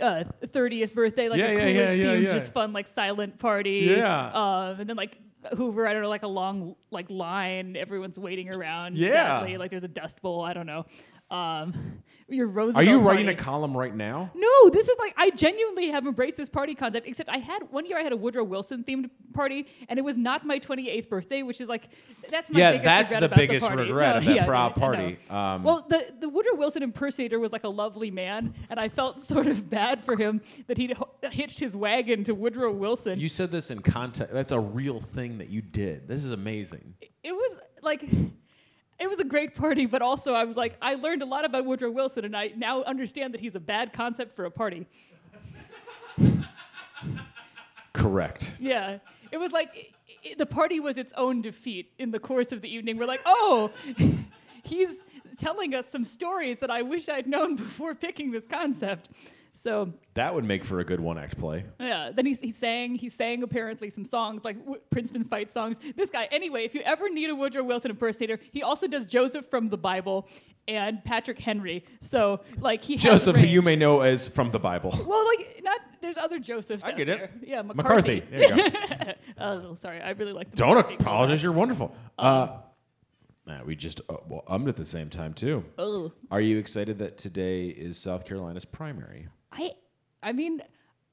Speaker 3: uh, 30th birthday, like
Speaker 1: Yeah,
Speaker 3: a
Speaker 1: yeah,
Speaker 3: Coolidge
Speaker 1: yeah, yeah,
Speaker 3: themed,
Speaker 1: yeah.
Speaker 3: just fun like silent party.
Speaker 1: Yeah.
Speaker 3: Um, and then like Hoover, I don't know, like a long like line, everyone's waiting around.
Speaker 1: Yeah.
Speaker 3: Sadly. Like there's a dust bowl. I don't know. Um, your
Speaker 1: Are
Speaker 3: Roosevelt.
Speaker 1: you writing
Speaker 3: party.
Speaker 1: a column right now?
Speaker 3: No, this is like I genuinely have embraced this party concept. Except I had one year I had a Woodrow Wilson themed party, and it was not my 28th birthday, which is like that's my
Speaker 1: yeah,
Speaker 3: biggest
Speaker 1: that's
Speaker 3: regret
Speaker 1: the
Speaker 3: about
Speaker 1: biggest
Speaker 3: the party.
Speaker 1: regret
Speaker 3: No,
Speaker 1: of that
Speaker 3: yeah,
Speaker 1: proud
Speaker 3: no.
Speaker 1: party. Um,
Speaker 3: Well, the, the Woodrow Wilson impersonator was like a lovely man, and I felt sort of bad for him that he hitched his wagon to Woodrow Wilson.
Speaker 1: you said this in context. That's a real thing that you did. This is amazing.
Speaker 3: it was like it was a great party, but also I was like I learned a lot about Woodrow Wilson, and I now understand that he's a bad concept for a party.
Speaker 1: Correct.
Speaker 3: Yeah. It was like i i the party was its own defeat in the course of the evening. We're like, oh, he's telling us some stories that I wish I'd known before picking this concept. So
Speaker 1: That would make for a good one-act play.
Speaker 3: yeah, then he, he sang. He sang apparently some songs like w- Princeton fight songs. This guy, anyway, if you ever need a Woodrow Wilson impersonator, he also does Joseph from the Bible and Patrick Henry. So like he has
Speaker 1: Joseph, who
Speaker 3: range.
Speaker 1: you may know as from the Bible.
Speaker 3: well like not there's other Josephs.
Speaker 1: I
Speaker 3: out
Speaker 1: get it.
Speaker 3: there. Yeah,
Speaker 1: McCarthy.
Speaker 3: McCarthy.
Speaker 1: There you go.
Speaker 3: Oh, sorry, I really like. the
Speaker 1: Don't
Speaker 3: McCarthy call
Speaker 1: apologize.
Speaker 3: back.
Speaker 1: You're wonderful.
Speaker 3: Um,
Speaker 1: Uh, nah, we just uh, well, ummed at the same time too.
Speaker 3: Oh.
Speaker 1: Are you excited that today is South Carolina's primary?
Speaker 3: I I mean,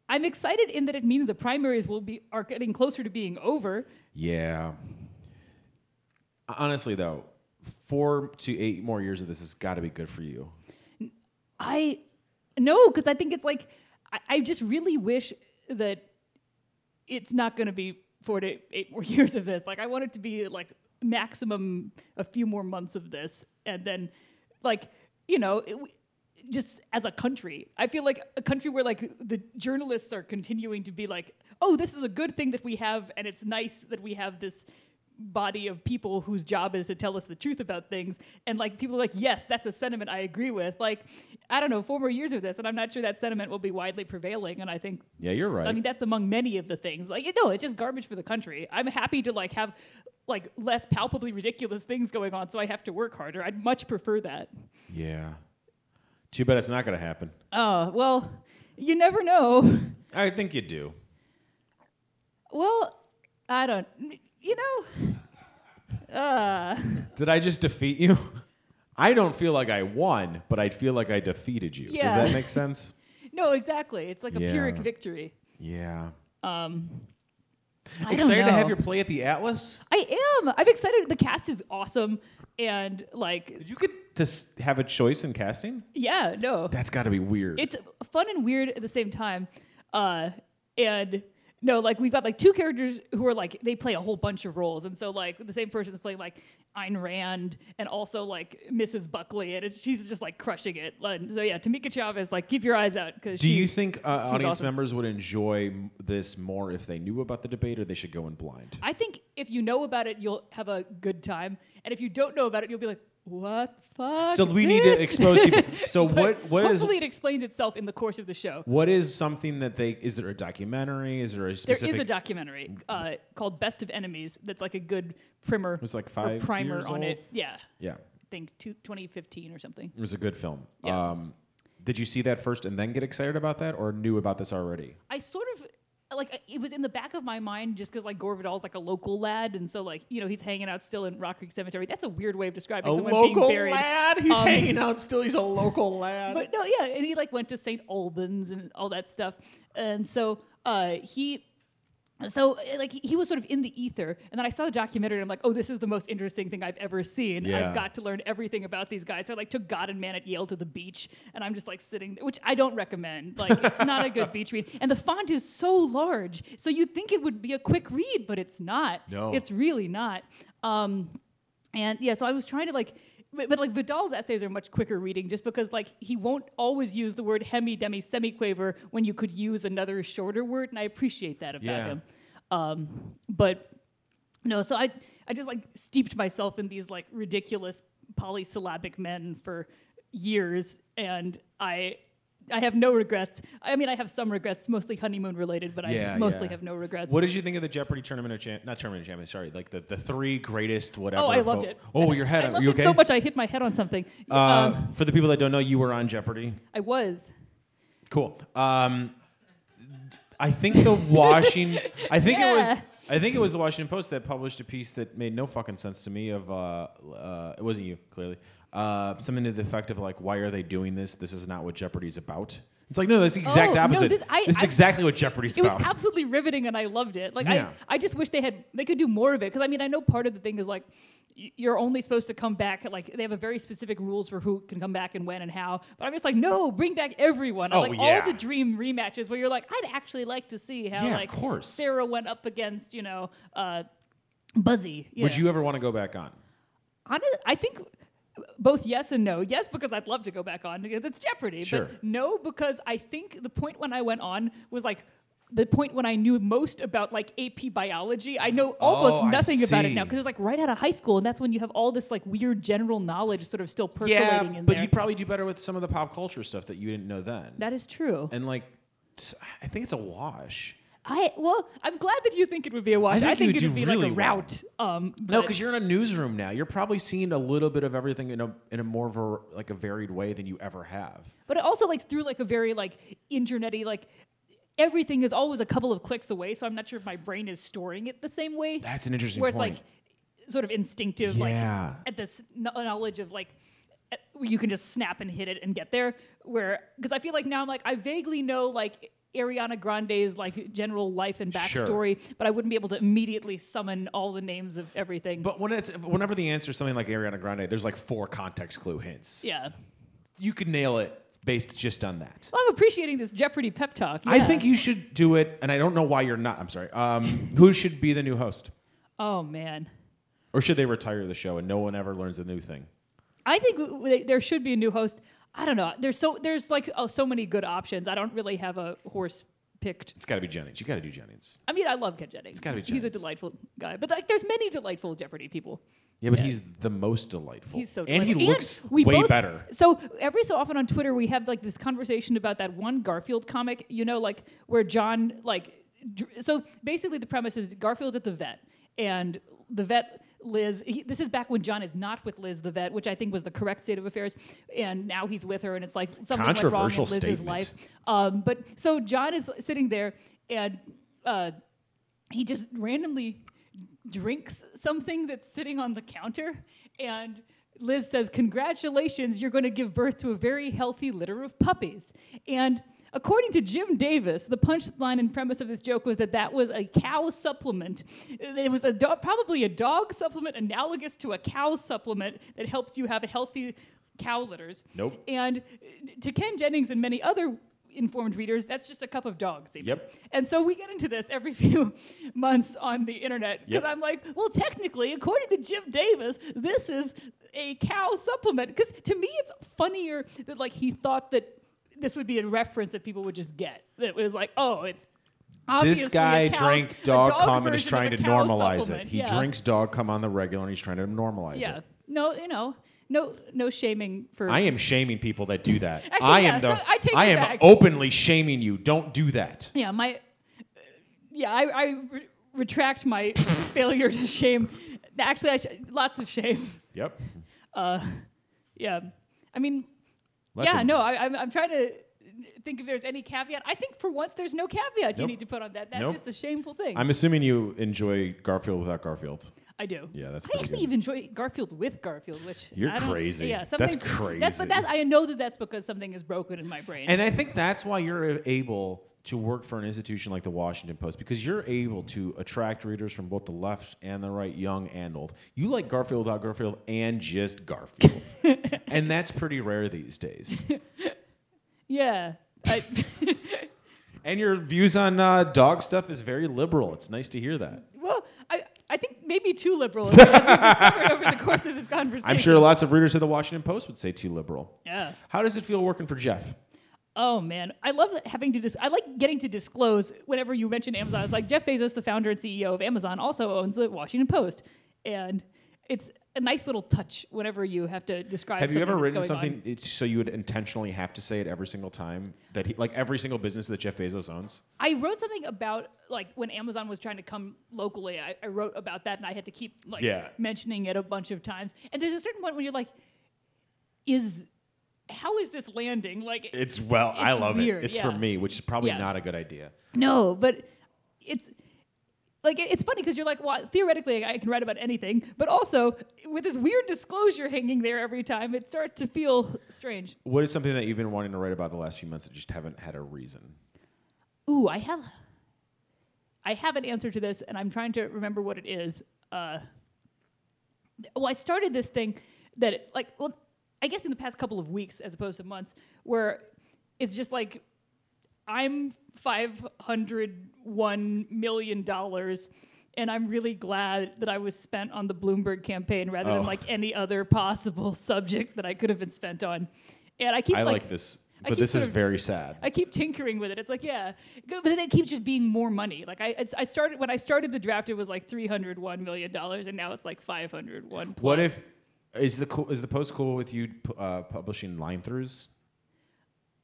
Speaker 3: I'm excited in that it means the primaries will be are getting closer to being over.
Speaker 1: Yeah. Honestly, though, four to eight more years of this has got to be good for you.
Speaker 3: I no, because I think it's like I, I just really wish that it's not going to be four to eight more years of this. Like I want it to be like maximum a few more months of this, and then like you know. It, we, just as a country, I feel like a country where like the journalists are continuing to be like, "Oh, this is a good thing that we have, and it's nice that we have this body of people whose job is to tell us the truth about things and like people are like yes that's a sentiment i agree with like i don't know four more years of this and i'm not sure that sentiment will be widely prevailing and i think
Speaker 1: Yeah, you're right.
Speaker 3: i mean that's among many of the things like you know it's just garbage for the country i'm happy to like have like less palpably ridiculous things going on so i have to work harder i'd much prefer that
Speaker 1: yeah. Too bad it's not going to happen.
Speaker 3: uh, well you never know
Speaker 1: I think you do.
Speaker 3: well i don't you know uh
Speaker 1: Did I just defeat you? I don't feel like I won, but I feel like I defeated you. Does
Speaker 3: Yeah.
Speaker 1: that make sense?
Speaker 3: no exactly it's like a
Speaker 1: Yeah.
Speaker 3: pyrrhic victory
Speaker 1: Yeah.
Speaker 3: Um, I don't
Speaker 1: Excited to have
Speaker 3: know.
Speaker 1: your play at the Atlas?
Speaker 3: I am. I'm excited. The cast is awesome, and like,
Speaker 1: Did you get to s- have a choice in casting?
Speaker 3: yeah, no,
Speaker 1: That's got to be weird.
Speaker 3: it's fun and weird at the same time. Uh, and no, like we've got like two characters who are like they play a whole bunch of roles, and so like the same person's playing like Ayn Rand and also like Mrs. Buckley, and it, she's just like crushing it. And so yeah, Tamika Chavez, like keep your eyes out because
Speaker 1: do you think uh,
Speaker 3: she's
Speaker 1: audience
Speaker 3: awesome.
Speaker 1: members would enjoy m- this more if they knew about the debate, or they should go in blind?
Speaker 3: I think if you know about it, you'll have a good time, and if you don't know about it, you'll be like, what the fuck?
Speaker 1: So
Speaker 3: is
Speaker 1: we need to
Speaker 3: this?"
Speaker 1: expose people. So
Speaker 3: But
Speaker 1: what what is
Speaker 3: hopefully it explains itself in the course of the show.
Speaker 1: what is something that they is there a documentary? Is there a
Speaker 3: There
Speaker 1: specific
Speaker 3: is a documentary uh, called Best of Enemies that's like a good primer.
Speaker 1: was like
Speaker 3: or
Speaker 1: 5
Speaker 3: primer
Speaker 1: years
Speaker 3: on
Speaker 1: old?
Speaker 3: it. Yeah, I
Speaker 1: Yeah.
Speaker 3: think two, 2015 or something.
Speaker 1: It was a good film.
Speaker 3: Yeah.
Speaker 1: Um did you see that first and then get excited about that or knew about this already?
Speaker 3: I sort of like it was in the back of my mind just because like Gore Vidal's like a local lad, and so like you know he's hanging out still in Rock Creek Cemetery. That's a weird way of describing someone being buried.
Speaker 1: He's
Speaker 3: Um, hanging
Speaker 1: out still. He's a local lad.
Speaker 3: But no, yeah, and he like went to St. Albans and all that stuff, and so uh, he. So uh, like he- he was sort of in the ether, and then I saw the documentary, and I'm like, oh, this is the most interesting thing I've ever seen.
Speaker 1: Yeah.
Speaker 3: I've got to learn everything about these guys. So I like took God and Man at Yale to the beach, and I'm just like sitting, which I don't recommend. Like it's not a good beach read, and the font is so large, so you'd think it would be a quick read, but it's not.
Speaker 1: No.
Speaker 3: it's really not. Um, and yeah, so I was trying to like, but, but like Vidal's essays are much quicker reading just because like he won't always use the word hemi, demi, semiquaver when you could use another shorter word, and I appreciate that about
Speaker 1: Yeah.
Speaker 3: him. Um, but no, so I I just like steeped myself in these like ridiculous polysyllabic men for years, and I. I have no regrets. I mean, I have some regrets, mostly honeymoon related, but
Speaker 1: Yeah,
Speaker 3: I mostly
Speaker 1: yeah.
Speaker 3: have no regrets.
Speaker 1: What did you think of the Jeopardy tournament of champ? Not tournament of champions. Sorry, like the, the three greatest whatever.
Speaker 3: oh, I loved
Speaker 1: vote-
Speaker 3: it.
Speaker 1: Oh, your head.
Speaker 3: I
Speaker 1: are
Speaker 3: loved
Speaker 1: you
Speaker 3: it
Speaker 1: okay?
Speaker 3: so much. I hit my head on something. Um,
Speaker 1: Uh, for the people that don't know, you were on Jeopardy.
Speaker 3: I was.
Speaker 1: Cool. Um, I think the Washington. I think it was.
Speaker 3: Yeah.
Speaker 1: I think it was the Washington Post that published a piece that made no fucking sense to me. Of uh, uh, it wasn't you clearly. Uh, something to the effect of like, why are they doing this? This is not what Jeopardy's about. It's like no, that's the exact
Speaker 3: Oh, no,
Speaker 1: opposite.
Speaker 3: this- I-
Speaker 1: is
Speaker 3: I-
Speaker 1: exactly what Jeopardy's
Speaker 3: It was
Speaker 1: about.
Speaker 3: absolutely riveting, and I loved it. Like
Speaker 1: Yeah.
Speaker 3: I, I just wish they had they could do more of it because I mean I know part of the thing is like y- you're only supposed to come back like they have a very specific rules for who can come back and when and how. But I'm just like no, bring back everyone. I
Speaker 1: Oh,
Speaker 3: like
Speaker 1: yeah.
Speaker 3: all the dream rematches where you're like I'd actually like to see how
Speaker 1: Yeah, of
Speaker 3: like
Speaker 1: course.
Speaker 3: Sarah went up against you know uh, Buzzy.
Speaker 1: Would
Speaker 3: know.
Speaker 1: you ever want to go back on?
Speaker 3: Honest, I think both yes and no. Yes, because I'd love to go back on because it's Jeopardy.
Speaker 1: Sure.
Speaker 3: But no, because I think the point when I went on was like the point when I knew most about like AP biology. I know almost
Speaker 1: Oh, I
Speaker 3: nothing about it now
Speaker 1: see.
Speaker 3: because it was like right out of high school, and that's when you have all this like weird general knowledge sort of still
Speaker 1: Yeah,
Speaker 3: percolating in
Speaker 1: but
Speaker 3: there.
Speaker 1: you probably do better with some of the pop culture stuff that you didn't know then.
Speaker 3: that is true.
Speaker 1: and like, s- I think it's a wash.
Speaker 3: I well, I'm glad that you think it would be a wash.
Speaker 1: I
Speaker 3: I
Speaker 1: think you
Speaker 3: think,
Speaker 1: would
Speaker 3: it
Speaker 1: do
Speaker 3: would be
Speaker 1: really
Speaker 3: like a
Speaker 1: well.
Speaker 3: route. Um,
Speaker 1: No,
Speaker 3: but-
Speaker 1: because you're in a newsroom now. You're probably seeing a little bit of everything in a in a more var- like a varied way than you ever have.
Speaker 3: but it also like through like a very like internety like everything is always a couple of clicks away so i'm not sure if my brain is storing it the same way
Speaker 1: That's an interesting
Speaker 3: where it's
Speaker 1: point.
Speaker 3: like sort of instinctive
Speaker 1: Yeah.
Speaker 3: like at this kno- knowledge of like at- you can just snap and hit it and get there where because i feel like now i'm like i vaguely know like ariana grande's like general life and
Speaker 1: Sure.
Speaker 3: backstory but i wouldn't be able to immediately summon all the names of everything
Speaker 1: But when it's whenever the answer is something like Ariana Grande, there's like four context clue hints.
Speaker 3: yeah
Speaker 1: You could nail it based just on that.
Speaker 3: well, i'm appreciating this jeopardy pep talk
Speaker 1: I
Speaker 3: yeah.
Speaker 1: think you should do it, and I don't know why you're not. I'm sorry. Um, who should be the new host,
Speaker 3: oh man
Speaker 1: or should they retire the show and no one ever learns a new thing?
Speaker 3: I think w- w- there should be a new host. I don't know. There's so there's like oh, so many good options. I don't really have a horse picked.
Speaker 1: It's got to be Jennings. You got to do Jennings.
Speaker 3: I mean, I love Ken Jennings.
Speaker 1: gotta be
Speaker 3: He's a
Speaker 1: Jennings.
Speaker 3: delightful guy. But like, there's many delightful Jeopardy people.
Speaker 1: Yeah, but he's the most delightful.
Speaker 3: He's so
Speaker 1: and he
Speaker 3: delightful.
Speaker 1: looks
Speaker 3: we
Speaker 1: way
Speaker 3: both-
Speaker 1: better.
Speaker 3: So every so often on Twitter, we have like this conversation about that one Garfield comic, you know, like where John like. dr- So basically, the premise is Garfield's at the vet, and the vet. Liz, he, this is back when John is not with Liz the vet, which I think was the correct state of affairs, and now he's with her, and it's like something went wrong in
Speaker 1: Controversial
Speaker 3: Liz's
Speaker 1: statement.
Speaker 3: life. Um, but so John is sitting there, and uh, he just randomly drinks something that's sitting on the counter and Liz says, Congratulations, you're going to give birth to a very healthy litter of puppies. And according to Jim Davis, the punchline and premise of this joke was that that was a cow supplement. It was a do- probably a dog supplement analogous to a cow supplement that helps you have healthy cow litters.
Speaker 1: Nope.
Speaker 3: And to Ken Jennings and many other informed readers, that's just a cup of dog. Seaman.
Speaker 1: Yep.
Speaker 3: And so we get into this every few months on the internet
Speaker 1: Yep.
Speaker 3: because I'm like, well, technically, according to Jim Davis, this is a cow supplement. Because to me, it's funnier that like he thought that this would be a reference that people would just get. That was like, oh, it's. obviously
Speaker 1: This
Speaker 3: a
Speaker 1: guy
Speaker 3: cow's-
Speaker 1: drank
Speaker 3: a
Speaker 1: dog,
Speaker 3: dog
Speaker 1: cum and is
Speaker 3: version of
Speaker 1: trying
Speaker 3: a
Speaker 1: to
Speaker 3: cow
Speaker 1: normalize it.
Speaker 3: supplement.
Speaker 1: He
Speaker 3: Yeah.
Speaker 1: drinks dog cum on the regular and he's trying to normalize
Speaker 3: Yeah.
Speaker 1: it.
Speaker 3: No, you know, no, no shaming for.
Speaker 1: I am shaming people that do that.
Speaker 3: Actually,
Speaker 1: I
Speaker 3: yeah,
Speaker 1: am the
Speaker 3: so I take
Speaker 1: I
Speaker 3: it
Speaker 1: am
Speaker 3: back.
Speaker 1: openly shaming you. Don't do that.
Speaker 3: yeah, my. Yeah, I, I re- retract my failure to shame. Actually, I sh- lots of shame.
Speaker 1: Yep.
Speaker 3: Uh, yeah, I mean,
Speaker 1: Let's
Speaker 3: yeah,
Speaker 1: im-
Speaker 3: no, I, I'm, I'm trying to think if there's any caveat. I think for once there's no caveat you
Speaker 1: Nope.
Speaker 3: need to put on that. That's
Speaker 1: Nope.
Speaker 3: just a shameful thing.
Speaker 1: I'm assuming you enjoy Garfield without Garfield.
Speaker 3: I do.
Speaker 1: Yeah, that's
Speaker 3: I
Speaker 1: pretty
Speaker 3: actually
Speaker 1: good.
Speaker 3: even enjoy Garfield with Garfield, which
Speaker 1: You're
Speaker 3: I don't-
Speaker 1: crazy.
Speaker 3: Yeah,
Speaker 1: That's
Speaker 3: something's- That's,
Speaker 1: crazy.
Speaker 3: but that's, I know that that's because something is broken in my brain.
Speaker 1: And I think that's why you're able to work for an institution like the Washington Post because you're able to attract readers from both the left and the right, young and old. You like Garfield without Garfield and just Garfield. and that's pretty rare these days.
Speaker 3: yeah, I,
Speaker 1: And your views on uh, dog stuff is very liberal. It's nice to hear that.
Speaker 3: well, I, I think maybe too liberal as we discovered over the course of this conversation.
Speaker 1: I'm sure lots of readers of the Washington Post would say too liberal.
Speaker 3: Yeah.
Speaker 1: How does it feel working for Jeff?
Speaker 3: Oh man, I love having to. Dis- I like getting to disclose whenever you mention Amazon. It's like Jeff Bezos, the founder and CEO of Amazon, also owns the Washington Post, and it's a nice little touch whenever you have to describe.
Speaker 1: Have you
Speaker 3: something
Speaker 1: ever
Speaker 3: that's
Speaker 1: written
Speaker 3: going on.
Speaker 1: something it's, so you would intentionally have to say it every single time that he, like every single business that Jeff Bezos owns?
Speaker 3: I wrote something about like when Amazon was trying to come locally. I, I wrote about that, and I had to keep like
Speaker 1: Yeah.
Speaker 3: mentioning it a bunch of times. And there's a certain point when you're like, "Is how is this landing?" Like,
Speaker 1: It's well, I
Speaker 3: It's
Speaker 1: love
Speaker 3: weird,
Speaker 1: it. It's
Speaker 3: yeah.
Speaker 1: for me, which is probably
Speaker 3: Yeah.
Speaker 1: not a good idea.
Speaker 3: No, but it's like it- it's funny because you're like, well, theoretically, I can write about anything, but also with this weird disclosure hanging there every time, it starts to feel strange.
Speaker 1: What is something that you've been wanting to write about the last few months that just haven't had a reason?
Speaker 3: Ooh, I have, I have an answer to this, and I'm trying to remember what it is. Uh, well, I started this thing that it- like, well, I guess in the past couple of weeks as opposed to months, where it's just like I'm five hundred one million dollars, and I'm really glad that I was spent on the Bloomberg campaign rather
Speaker 1: Oh.
Speaker 3: than like any other possible subject that I could have been spent on. And I keep
Speaker 1: I
Speaker 3: like
Speaker 1: like this, but
Speaker 3: I keep
Speaker 1: this
Speaker 3: sort
Speaker 1: is
Speaker 3: of-
Speaker 1: very sad.
Speaker 3: I keep tinkering with it. It's like, yeah, but then it keeps just being more money. Like I, it's, I started when I started the draft, it was like three hundred one million dollars, and now it's like five hundred one.
Speaker 1: what if is the cool, is the post cool with you pu- uh, publishing line throughs?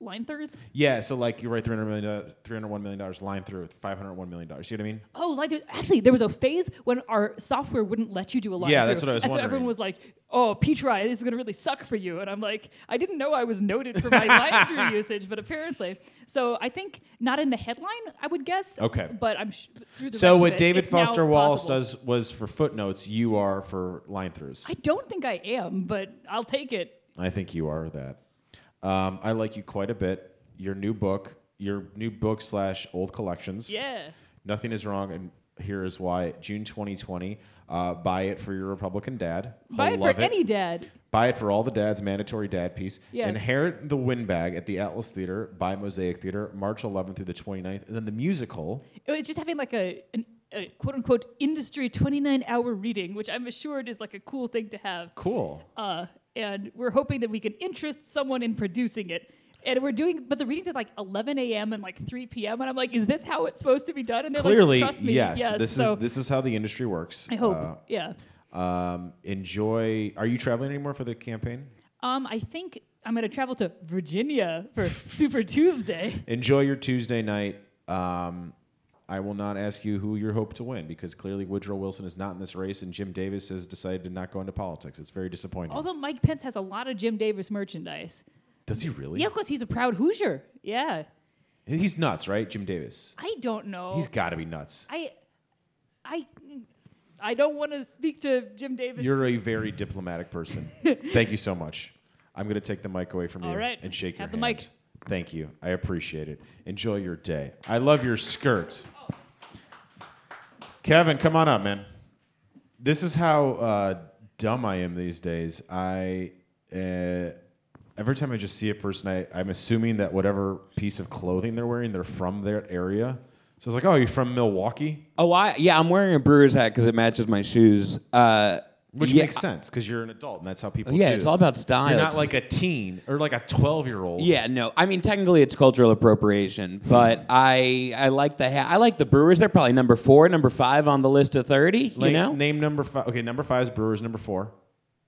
Speaker 3: line throughs?
Speaker 1: Yeah, so like you write three hundred million, uh, three hundred one million dollars line through, five hundred one million dollars. See what I mean?
Speaker 3: Oh, line throughs. Actually, there was a phase when our software wouldn't let you do a line.
Speaker 1: Yeah, that's
Speaker 3: through.
Speaker 1: what I was
Speaker 3: And so everyone
Speaker 1: wondering.
Speaker 3: was like, "Oh, Peach Rye, this is gonna really suck for you." And I'm like, I didn't know I was noted for my line through usage, but apparently. So I think not in the headline, I would guess.
Speaker 1: Okay.
Speaker 3: But I'm sh- through the
Speaker 1: So
Speaker 3: rest of
Speaker 1: what
Speaker 3: it,
Speaker 1: David
Speaker 3: it's now
Speaker 1: Foster Wallace
Speaker 3: possible.
Speaker 1: does was for footnotes, you are for line throughs.
Speaker 3: I don't think I am, but I'll take it.
Speaker 1: I think you are that. Um, I like you quite a bit. Your new book, your new book slash old collections.
Speaker 3: Yeah.
Speaker 1: Nothing is wrong, and here is why. June 2020. Uh, buy it for your Republican dad. He'll
Speaker 3: Buy it for
Speaker 1: love
Speaker 3: any dad.
Speaker 1: Buy it for all the dads. Mandatory dad piece.
Speaker 3: Yeah.
Speaker 1: Inherit the windbag at the Atlas Theater by Mosaic Theater, March 11th through the 29th, and then the musical.
Speaker 3: It's just having like a, an, a quote unquote industry 29 hour reading, which I'm assured is like a cool thing to have.
Speaker 1: Cool.
Speaker 3: Uh, and we're hoping that we can interest someone in producing it. And we're doing, but the readings at like 11 a.m. and like 3 p.m. And I'm like, is this how it's supposed to be done? And they're
Speaker 1: Clearly,
Speaker 3: like, trust me.
Speaker 1: yes. This
Speaker 3: so
Speaker 1: is this is how the industry works.
Speaker 3: I hope.
Speaker 1: Uh,
Speaker 3: yeah.
Speaker 1: um, enjoy. Are you traveling anymore for the campaign?
Speaker 3: Um, I think I'm going to travel to Virginia for Super Tuesday.
Speaker 1: enjoy your Tuesday night. Um, I will not ask you who you hope to win because clearly Woodrow Wilson is not in this race, and Jim Davis has decided to not go into politics. It's very disappointing.
Speaker 3: Although Mike Pence has a lot of Jim Davis merchandise.
Speaker 1: Does he really?
Speaker 3: Yeah, of course, he's a proud Hoosier. Yeah.
Speaker 1: He's nuts, right? Jim Davis.
Speaker 3: I don't know.
Speaker 1: He's got to be nuts.
Speaker 3: I, I, I don't want to speak to Jim Davis.
Speaker 1: You're a very diplomatic person. Thank you so much. I'm going to take the mic away from
Speaker 3: All
Speaker 1: you
Speaker 3: right.
Speaker 1: and shake
Speaker 3: Have
Speaker 1: your
Speaker 3: the
Speaker 1: hand.
Speaker 3: mic.
Speaker 1: Thank you. I appreciate it. Enjoy your day. I love your skirt. Kevin, come on up, man. This is how uh, dumb I am these days. I uh, every time I just see a person, I, I'm assuming that whatever piece of clothing they're wearing, they're from that area. So it's like, oh, you're from Milwaukee,
Speaker 4: Oh, I yeah, I'm wearing a Brewers hat because it matches my shoes. Uh,
Speaker 1: which
Speaker 4: yeah,
Speaker 1: makes sense because you're an adult, and that's how people.
Speaker 4: yeah,
Speaker 1: do.
Speaker 4: it's all about style.
Speaker 1: You're not
Speaker 4: It's-
Speaker 1: like a teen or like a 12 year old.
Speaker 4: Yeah, no. I mean, technically, it's cultural appropriation, but I I like the hat. I like the Brewers. They're probably number four, number five on the list of thirty. You know,
Speaker 1: Name number five. Okay, number five is Brewers, number four.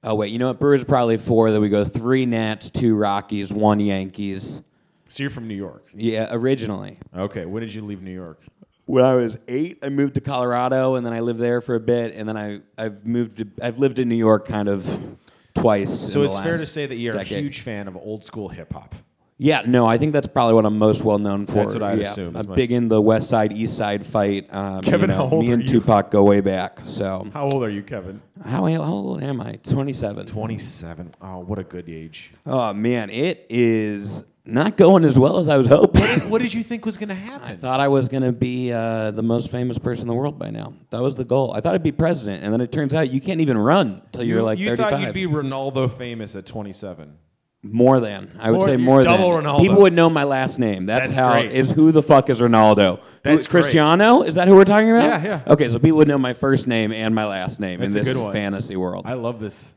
Speaker 4: Oh wait, you know what? Brewers are probably four. Then we go three Nats, two Rockies, one Yankees.
Speaker 1: So you're from New York.
Speaker 4: Yeah, originally.
Speaker 1: Okay. When did you leave New York?
Speaker 4: When I was eight, I moved to Colorado, and then I lived there for a bit, and then I I've moved to I've lived in New York kind of twice.
Speaker 1: So
Speaker 4: in the
Speaker 1: it's fair
Speaker 4: last
Speaker 1: to say that you're a
Speaker 4: decade.
Speaker 1: huge fan of old school hip hop.
Speaker 4: Yeah, no, I think that's probably what I'm most well known for.
Speaker 1: That's what I'd
Speaker 4: yeah.
Speaker 1: assume as
Speaker 4: I'm
Speaker 1: much.
Speaker 4: big in the West Side East Side fight. Um, you
Speaker 1: Kevin,
Speaker 4: know,
Speaker 1: how old
Speaker 4: me
Speaker 1: are
Speaker 4: and
Speaker 1: you?
Speaker 4: Tupac go way back. So
Speaker 1: How old are you, Kevin?
Speaker 4: how, how old am I? 27.
Speaker 1: 27. Oh, what a good age.
Speaker 4: Oh man, it is not going as well as I was hoping.
Speaker 1: What did you think was going to
Speaker 4: I
Speaker 1: happen?
Speaker 4: thought I was going to be uh, the most famous person in the world by now. That was the goal. I thought I'd be president, and then it turns out you can't even run till you're like
Speaker 1: you
Speaker 4: 35.
Speaker 1: thought you'd be Ronaldo famous at 27.
Speaker 4: more than I would
Speaker 1: More-
Speaker 4: say
Speaker 1: you
Speaker 4: more
Speaker 1: double
Speaker 4: than
Speaker 1: Ronaldo.
Speaker 4: people would know my last name. That's,
Speaker 1: That's
Speaker 4: how
Speaker 1: great.
Speaker 4: is who the fuck is Ronaldo? Who-
Speaker 1: That's great.
Speaker 4: Cristiano. Is that who we're talking about?
Speaker 1: Yeah, yeah.
Speaker 4: Okay, so people would know my first name and my last name
Speaker 1: That's a
Speaker 4: in this
Speaker 1: good one.
Speaker 4: fantasy world.
Speaker 1: I love this.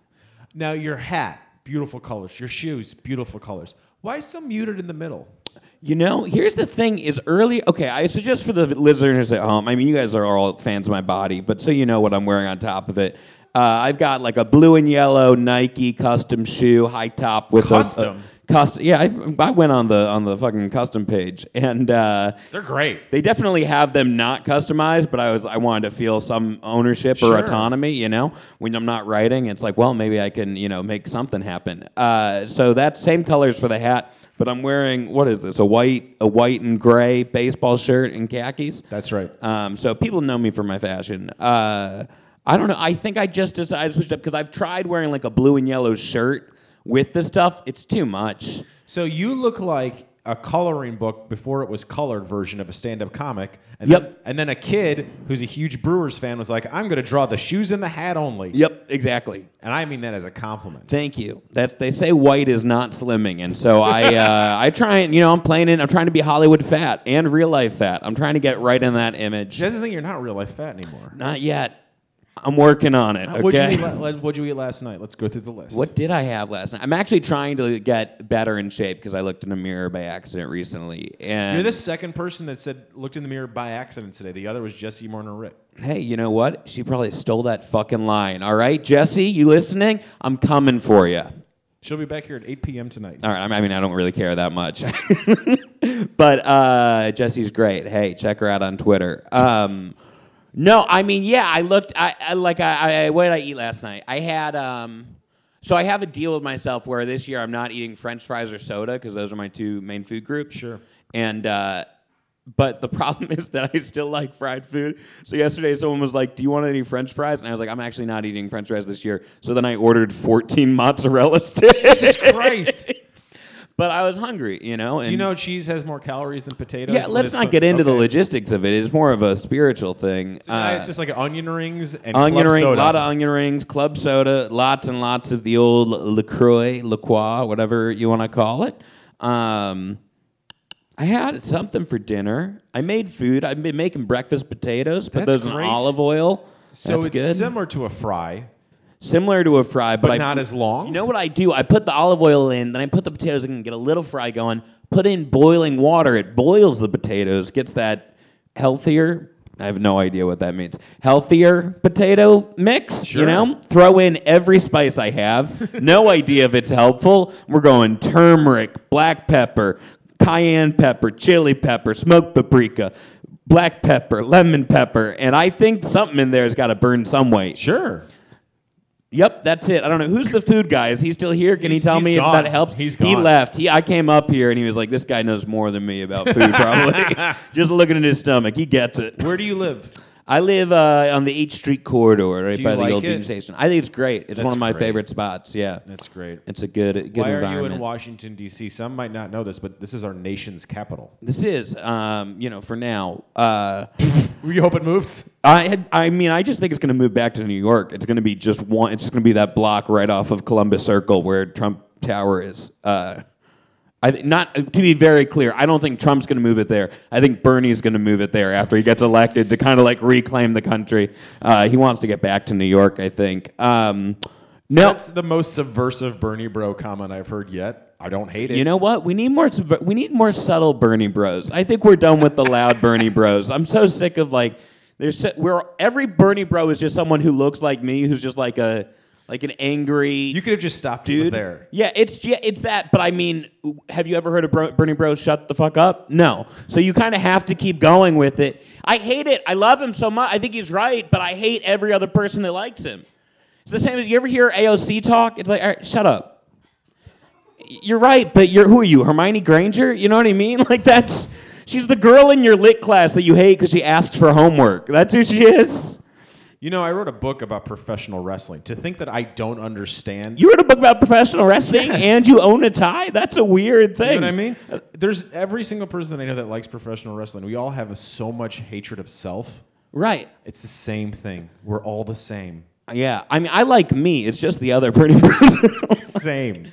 Speaker 1: Now your hat, beautiful colors. Your shoes, beautiful colors. Why so muted in the middle?
Speaker 4: You know, here's the thing: is early. Okay, I suggest for the listeners at home. I mean, you guys are all fans of my body, but so you know what I'm wearing on top of it. Uh, I've got like a blue and yellow Nike custom shoe, high top with a-
Speaker 1: Custom?
Speaker 4: a, custom. Yeah, I, I went on the on the fucking custom page, and uh,
Speaker 1: They're great.
Speaker 4: they definitely have them not customized. But I was I wanted to feel some ownership
Speaker 1: Sure.
Speaker 4: or autonomy. You know, when I'm not writing, it's like, well, maybe I can you know make something happen. Uh, so that same colors for the hat. But I'm wearing what is this? A white, a white and gray baseball shirt and khakis.
Speaker 1: That's right.
Speaker 4: Um, so people know me for my fashion. Uh, I don't know. I think I just decided to switch it up because I've tried wearing like a blue and yellow shirt with the stuff. It's too much.
Speaker 1: So you look like a coloring book before it was colored version of a stand-up comic. And
Speaker 4: Yep.
Speaker 1: Then, and then a kid who's a huge Brewers fan was like, "I'm going to draw the shoes and the hat only."
Speaker 4: Yep, exactly.
Speaker 1: And I mean that as a compliment.
Speaker 4: Thank you. That's they say white is not slimming, and so I uh, I try and you know I'm playing in. I'm trying to be Hollywood fat and real life fat. I'm trying to get right in that image.
Speaker 1: That's the thing. You're not real life fat anymore.
Speaker 4: Not yet. I'm working on it.
Speaker 1: What'd, you
Speaker 4: Okay.
Speaker 1: eat, la- what'd you eat last night? Let's go through the list.
Speaker 4: What did I have last night? I'm actually trying to get better in shape because I looked in a mirror by accident recently. And
Speaker 1: You're the second person that said looked in the mirror by accident today. The other was Jesse Marnerette.
Speaker 4: hey, you know what? She probably stole that fucking line. All right, Jesse, you listening? I'm coming for you.
Speaker 1: She'll be back here at 8 p.m. tonight.
Speaker 4: All right. I mean, I don't really care that much. but uh, Jesse's great. Hey, check her out on Twitter. Um, no, I mean, yeah, I looked. I, I like. I, I what did I eat last night? I had. Um, so I have a deal with myself where this year I'm not eating French fries or soda because those are my two main food groups.
Speaker 1: Sure.
Speaker 4: And. Uh, but the problem is that I still like fried food. So yesterday, someone was like, "Do you want any French fries?" And I was like, "I'm actually not eating French fries this year." So then I ordered 14 mozzarella sticks.
Speaker 1: Jesus Christ.
Speaker 4: But I was hungry, you know. And
Speaker 1: Do you know cheese has more calories than potatoes?
Speaker 4: yeah,
Speaker 1: But
Speaker 4: let's
Speaker 1: it's
Speaker 4: not
Speaker 1: fun-
Speaker 4: get into the
Speaker 1: Okay.
Speaker 4: logistics of it. It's more of a spiritual thing.
Speaker 1: So now
Speaker 4: Uh,
Speaker 1: it's just like onion rings and
Speaker 4: onion
Speaker 1: club
Speaker 4: rings, a
Speaker 1: soda.
Speaker 4: lot of onion rings, club soda, lots and lots of the old Lacroix, Lacroix, whatever you want to call it. Um, I had something for dinner. I made food. I've been making breakfast potatoes, but
Speaker 1: That's
Speaker 4: those in
Speaker 1: great.
Speaker 4: olive oil.
Speaker 1: so
Speaker 4: That's
Speaker 1: it's
Speaker 4: good.
Speaker 1: similar to a fry,
Speaker 4: similar to a fry, but,
Speaker 1: but
Speaker 4: I,
Speaker 1: not as long.
Speaker 4: You know what I do? I put the olive oil in, then I put the potatoes in, get a little fry going, put in boiling water. It boils the potatoes, gets that healthier. I have no idea what that means. Healthier potato mix,
Speaker 1: Sure.
Speaker 4: you know? Throw in every spice I have. no idea if it's helpful. We're going turmeric, black pepper, cayenne pepper, chili pepper, smoked paprika, black pepper, lemon pepper, and I think something in there's got to burn some way.
Speaker 1: sure.
Speaker 4: Yep, that's it. I don't know who's the food guy. Is he still here? Can
Speaker 1: He's-
Speaker 4: he tell
Speaker 1: he's
Speaker 4: me
Speaker 1: gone.
Speaker 4: if that helps?
Speaker 1: He's
Speaker 4: He
Speaker 1: gone.
Speaker 4: left. He I came up here and he was like, "This guy knows more than me about food. Probably just looking at his stomach, he gets it."
Speaker 1: Where do you live?
Speaker 4: I live uh, on the H Street corridor, right
Speaker 1: Do you
Speaker 4: by the
Speaker 1: like
Speaker 4: old
Speaker 1: it?
Speaker 4: Union Station. I think it's great. It's one
Speaker 1: That's
Speaker 4: of my
Speaker 1: great.
Speaker 4: favorite spots. Yeah,
Speaker 1: That's great.
Speaker 4: it's a good, good
Speaker 1: Why are
Speaker 4: environment.
Speaker 1: you in Washington D.C.? Some might not know this, but this is our nation's capital.
Speaker 4: this is, um, you know, for now. Uh,
Speaker 1: We hope it moves.
Speaker 4: I had, I mean, I just think it's going to move back to New York. It's going to be just one. It's just going to be that block right off of Columbus Circle where Trump Tower is. Uh, I th- not to be very clear. I don't think Trump's going to move it there. I think Bernie's going to move it there after he gets elected to kind of like reclaim the country. Uh, he wants to get back to New York. I think. Um, no,
Speaker 1: That's the most subversive Bernie bro comment I've heard yet. I don't hate it.
Speaker 4: You know what? We need more. subver- We need more subtle Bernie Bros. I think we're done with the loud Bernie Bros. I'm so sick of like. There's so, we're every Bernie Bro is just someone who looks like me, who's just like a like an angry.
Speaker 1: You could have just stopped it
Speaker 4: dude.
Speaker 1: there.
Speaker 4: Yeah, it's yeah, it's that. But I mean, have you ever heard of Bro- Bernie Bros? Shut the fuck up. No. So you kind of have to keep going with it. I hate it. I love him so much. I think he's right, but I hate every other person that likes him. It's the same as you ever hear AOC talk. It's like, all right, shut up. You're right, but you're who are you, Hermione Granger? You know what I mean? Like that's she's the girl in your lit class that you hate because she asks for homework. That's who she is.
Speaker 1: You know, I wrote a book about professional wrestling. To think that I don't understand
Speaker 4: You wrote a book about professional wrestling
Speaker 1: Yes.
Speaker 4: and you own a tie. That's a weird thing.
Speaker 1: You know what I mean? There's every single person that I know that likes professional wrestling. We all have so much hatred of self.
Speaker 4: Right.
Speaker 1: It's the same thing. We're all the same.
Speaker 4: Yeah. I mean, I like me. It's just the other pretty person.
Speaker 1: Same.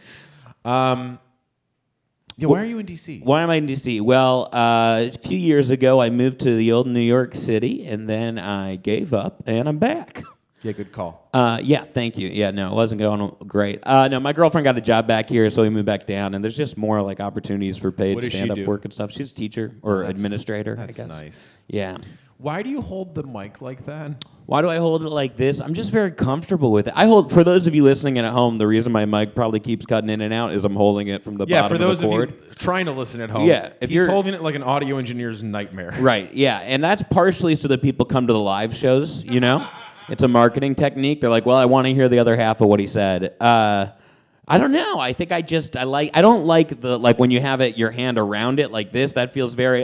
Speaker 1: Um, yeah, why are you in DC?
Speaker 4: Why am I in DC? Well, uh, a few years ago, I moved to the old New York City, and then I gave up, and I'm back.
Speaker 1: Yeah, good call.
Speaker 4: Uh, yeah, thank you. Yeah, no, it wasn't going great. Uh, no, my girlfriend got a job back here, so we moved back down, and there's just more like opportunities for paid
Speaker 1: What does she
Speaker 4: stand-up
Speaker 1: do?
Speaker 4: work and stuff. She's a teacher or
Speaker 1: That's-
Speaker 4: administrator.
Speaker 1: That's
Speaker 4: I guess.
Speaker 1: nice.
Speaker 4: Yeah.
Speaker 1: Why do you hold the mic like that?
Speaker 4: Why do I hold it like this? I'm just very comfortable with it. I hold for those of you listening in at home. The reason my mic probably keeps cutting in and out is I'm holding it from the
Speaker 1: Yeah,
Speaker 4: bottom
Speaker 1: for those of
Speaker 4: of the cord.
Speaker 1: you trying to listen at home,
Speaker 4: Yeah, if
Speaker 1: he's
Speaker 4: you're-
Speaker 1: holding it like an audio engineer's nightmare.
Speaker 4: Right. Yeah, and that's partially so that people come to the live shows. You know, it's a marketing technique. They're like, well, I want to hear the other half of what he said. Uh, I don't know. I think I just I like I don't like the like when you have it your hand around it like this. That feels very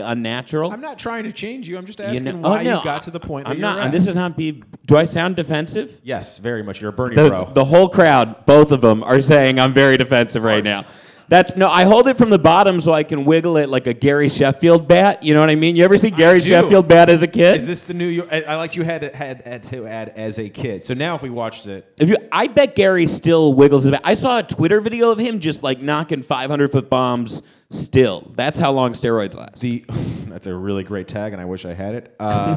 Speaker 4: unnatural.
Speaker 1: I'm not trying to change you. I'm just
Speaker 4: You
Speaker 1: asking
Speaker 4: know-
Speaker 1: why
Speaker 4: oh, no,
Speaker 1: you got to the point.
Speaker 4: I'm
Speaker 1: that
Speaker 4: not.
Speaker 1: You're at.
Speaker 4: This is not be. Do I sound defensive?
Speaker 1: yes, very much. You're a Bernie
Speaker 4: The,
Speaker 1: bro.
Speaker 4: the whole crowd, both of them, are saying I'm very defensive right now.
Speaker 1: course.
Speaker 4: That's no. I hold it from the bottom so I can wiggle it like a Gary Sheffield bat. You know what I mean? You ever see Gary
Speaker 1: do.
Speaker 4: Sheffield bat as a kid?
Speaker 1: Is this the new? York- I, I like you had had had to add as a kid. So now if we watched it,
Speaker 4: If you, I bet Gary still wiggles his back. I saw a Twitter video of him just like knocking 500 foot bombs. Still, that's how long steroids last.
Speaker 1: the that's a really great tag, and I wish I had it. Uh,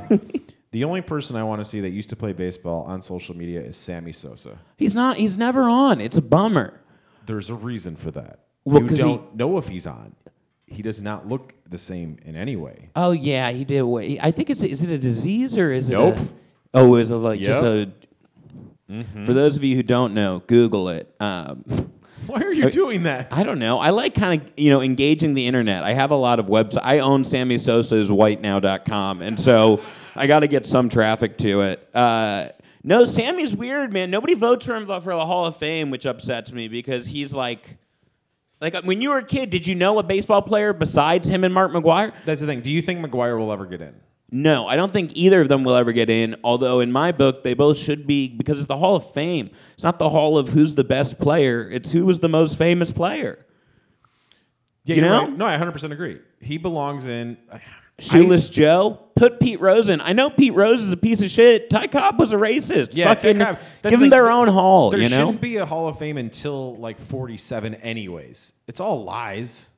Speaker 1: the only person I want to see that used to play baseball on social media is Sammy Sosa.
Speaker 4: He's not. He's never on. It's a bummer.
Speaker 1: There's a reason for that.
Speaker 4: Well,
Speaker 1: you
Speaker 4: 'cause he-
Speaker 1: don't know if he's on. He does not look the same in any way.
Speaker 4: Oh yeah, he did. Wait, I think it's. Is it a disease or is
Speaker 1: Nope.
Speaker 4: it? A, oh, is it like just a?
Speaker 1: Yep.
Speaker 4: For those of you who don't know, Google it. Um,
Speaker 1: Why are you doing that?
Speaker 4: I don't know. I like kind of you know engaging the internet. I have a lot of websites. I own Sammy Sosa's WhiteNow.com, and so I got to get some traffic to it. Uh, no, Sammy's weird, man. Nobody votes for him for the Hall of Fame, which upsets me because he's like, like when you were a kid, did you know a baseball player besides him and Mark McGuire?
Speaker 1: That's the thing. Do you think McGuire will ever get in?
Speaker 4: No, I don't think either of them will ever get in. Although in my book, they both should be because it's the Hall of Fame. It's not the Hall of who's the best player. It's who was the most famous player.
Speaker 1: Yeah,
Speaker 4: You
Speaker 1: you're
Speaker 4: know?
Speaker 1: right. No, I 100 percent agree. He belongs in.
Speaker 4: Shoeless Joe. Put Pete Rose in. I know Pete Rose is a piece of shit. Ty Cobb was a racist.
Speaker 1: Yeah, it's
Speaker 4: Fucking,
Speaker 1: like, uh, that's
Speaker 4: give them
Speaker 1: like-
Speaker 4: their own hall.
Speaker 1: There
Speaker 4: You know.
Speaker 1: shouldn't be a Hall of Fame until like 47, anyways. It's all lies.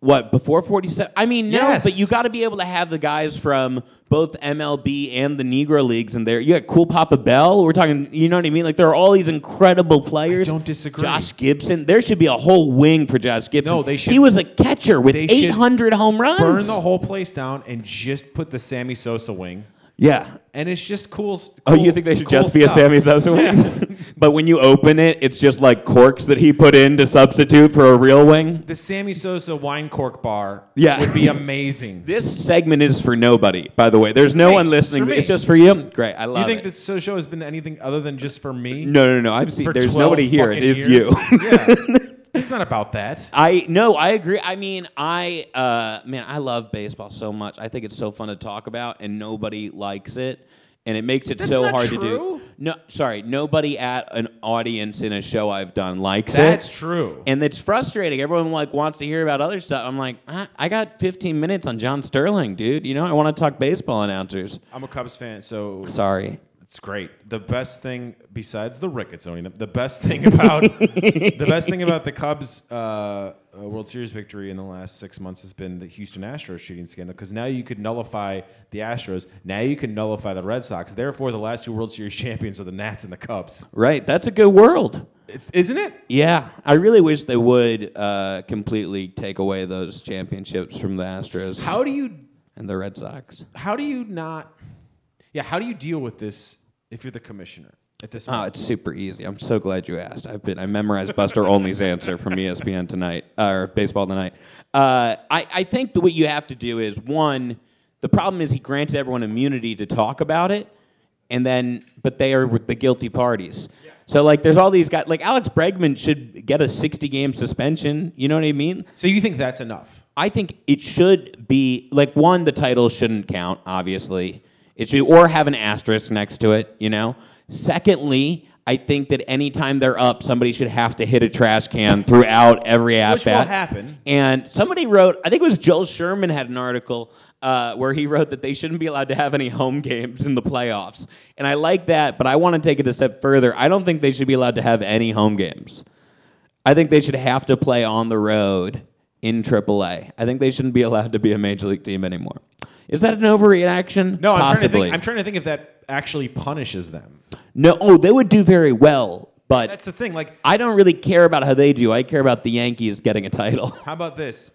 Speaker 4: What before forty seven? I mean, no,
Speaker 1: Yes.
Speaker 4: but you got to be able to have the guys from both MLB and the Negro leagues in there. You got Cool Papa Bell. We're talking, you know what I mean? Like there are all these incredible players.
Speaker 1: don't disagree.
Speaker 4: Josh Gibson. There should be a whole wing for Josh Gibson.
Speaker 1: No, they should-
Speaker 4: He was a catcher with
Speaker 1: they should
Speaker 4: eight hundred home runs.
Speaker 1: burn the whole place down and just put the Sammy Sosa wing.
Speaker 4: Yeah.
Speaker 1: And it's just cool. s-
Speaker 4: Oh, you
Speaker 1: cool-
Speaker 4: think they should
Speaker 1: cool
Speaker 4: just be a
Speaker 1: stuff.
Speaker 4: Sammy Sosa wing? but when you open it, it's just like corks that he put in to substitute for a real wing.
Speaker 1: The Sammy Sosa wine cork bar
Speaker 4: Yeah.
Speaker 1: would be amazing. Do
Speaker 4: This segment is for nobody, by the way. There's no
Speaker 1: Hey,
Speaker 4: one
Speaker 1: it's
Speaker 4: listening.
Speaker 1: for me.
Speaker 4: It's just for you. Great, I love
Speaker 1: you think
Speaker 4: it.
Speaker 1: this show has been anything other than just for me?
Speaker 4: No, no, no. I've seen.
Speaker 1: For
Speaker 4: There's
Speaker 1: 12
Speaker 4: nobody here. It
Speaker 1: fucking
Speaker 4: is
Speaker 1: years?
Speaker 4: you.
Speaker 1: yeah. It's not about that.
Speaker 4: I no, I agree. I mean, I uh, man, I love baseball so much. I think it's so fun to talk about, and nobody likes it, and it makes it
Speaker 1: That's
Speaker 4: so
Speaker 1: not
Speaker 4: hard to do.
Speaker 1: true.
Speaker 4: No, sorry, nobody at an audience in a show I've done likes it.
Speaker 1: That's true.
Speaker 4: and it's frustrating. Everyone like wants to hear about other stuff. I'm like, I, I got 15 minutes on John Sterling, dude. You know, I want to talk baseball announcers.
Speaker 1: I'm a Cubs fan, so
Speaker 4: Sorry.
Speaker 1: It's great. The best thing besides the Ricketts owning them, the best thing about the best thing about the Cubs uh, uh, World Series victory in the last six months has been the Houston Astros shooting scandal. Because now you could nullify the Astros. Now you can nullify the Red Sox. Therefore, the last two World Series champions are the Nats and the Cubs.
Speaker 4: Right, that's a good world.
Speaker 1: It's, isn't it?
Speaker 4: Yeah, I really wish they would uh, completely take away those championships from the Astros
Speaker 1: How do you
Speaker 4: and the Red Sox.
Speaker 1: how do you not? Yeah, how do you deal with this if you're the commissioner? at this
Speaker 4: Oh,
Speaker 1: point.
Speaker 4: it's super easy. I'm so glad you asked. I've been I memorized Buster Olney's answer from E ESPN tonight or Baseball Tonight. Uh, I I think the what you have to do is one. The problem is he granted everyone immunity to talk about it, and then but they are with the guilty parties. So like, there's all these guys. Like Alex Bregman should get a 60 game suspension. You know what I mean?
Speaker 1: so you think that's enough?
Speaker 4: I think it should be like one. The title shouldn't count, obviously. It should or have an asterisk next to it. You know. Secondly, I think that anytime they're up, somebody should have to hit a trash can throughout every at
Speaker 1: Which will
Speaker 4: bat.
Speaker 1: happen.
Speaker 4: And somebody wrote, I think it was Joel Sherman had an article uh, where he wrote that they shouldn't be allowed to have any home games in the playoffs. And I like that, but I want to take it a step further. I don't think they should be allowed to have any home games. I think they should have to play on the road in AAA. I think they shouldn't be allowed to be a major league team anymore. Is that an overreaction?
Speaker 1: No, I'm
Speaker 4: Possibly.
Speaker 1: trying to think. I'm trying to think if that actually punishes them.
Speaker 4: no, oh, they would do very well, but
Speaker 1: That's the thing. Like,
Speaker 4: I don't really care about how they do. I care about the Yankees getting a title.
Speaker 1: how about this?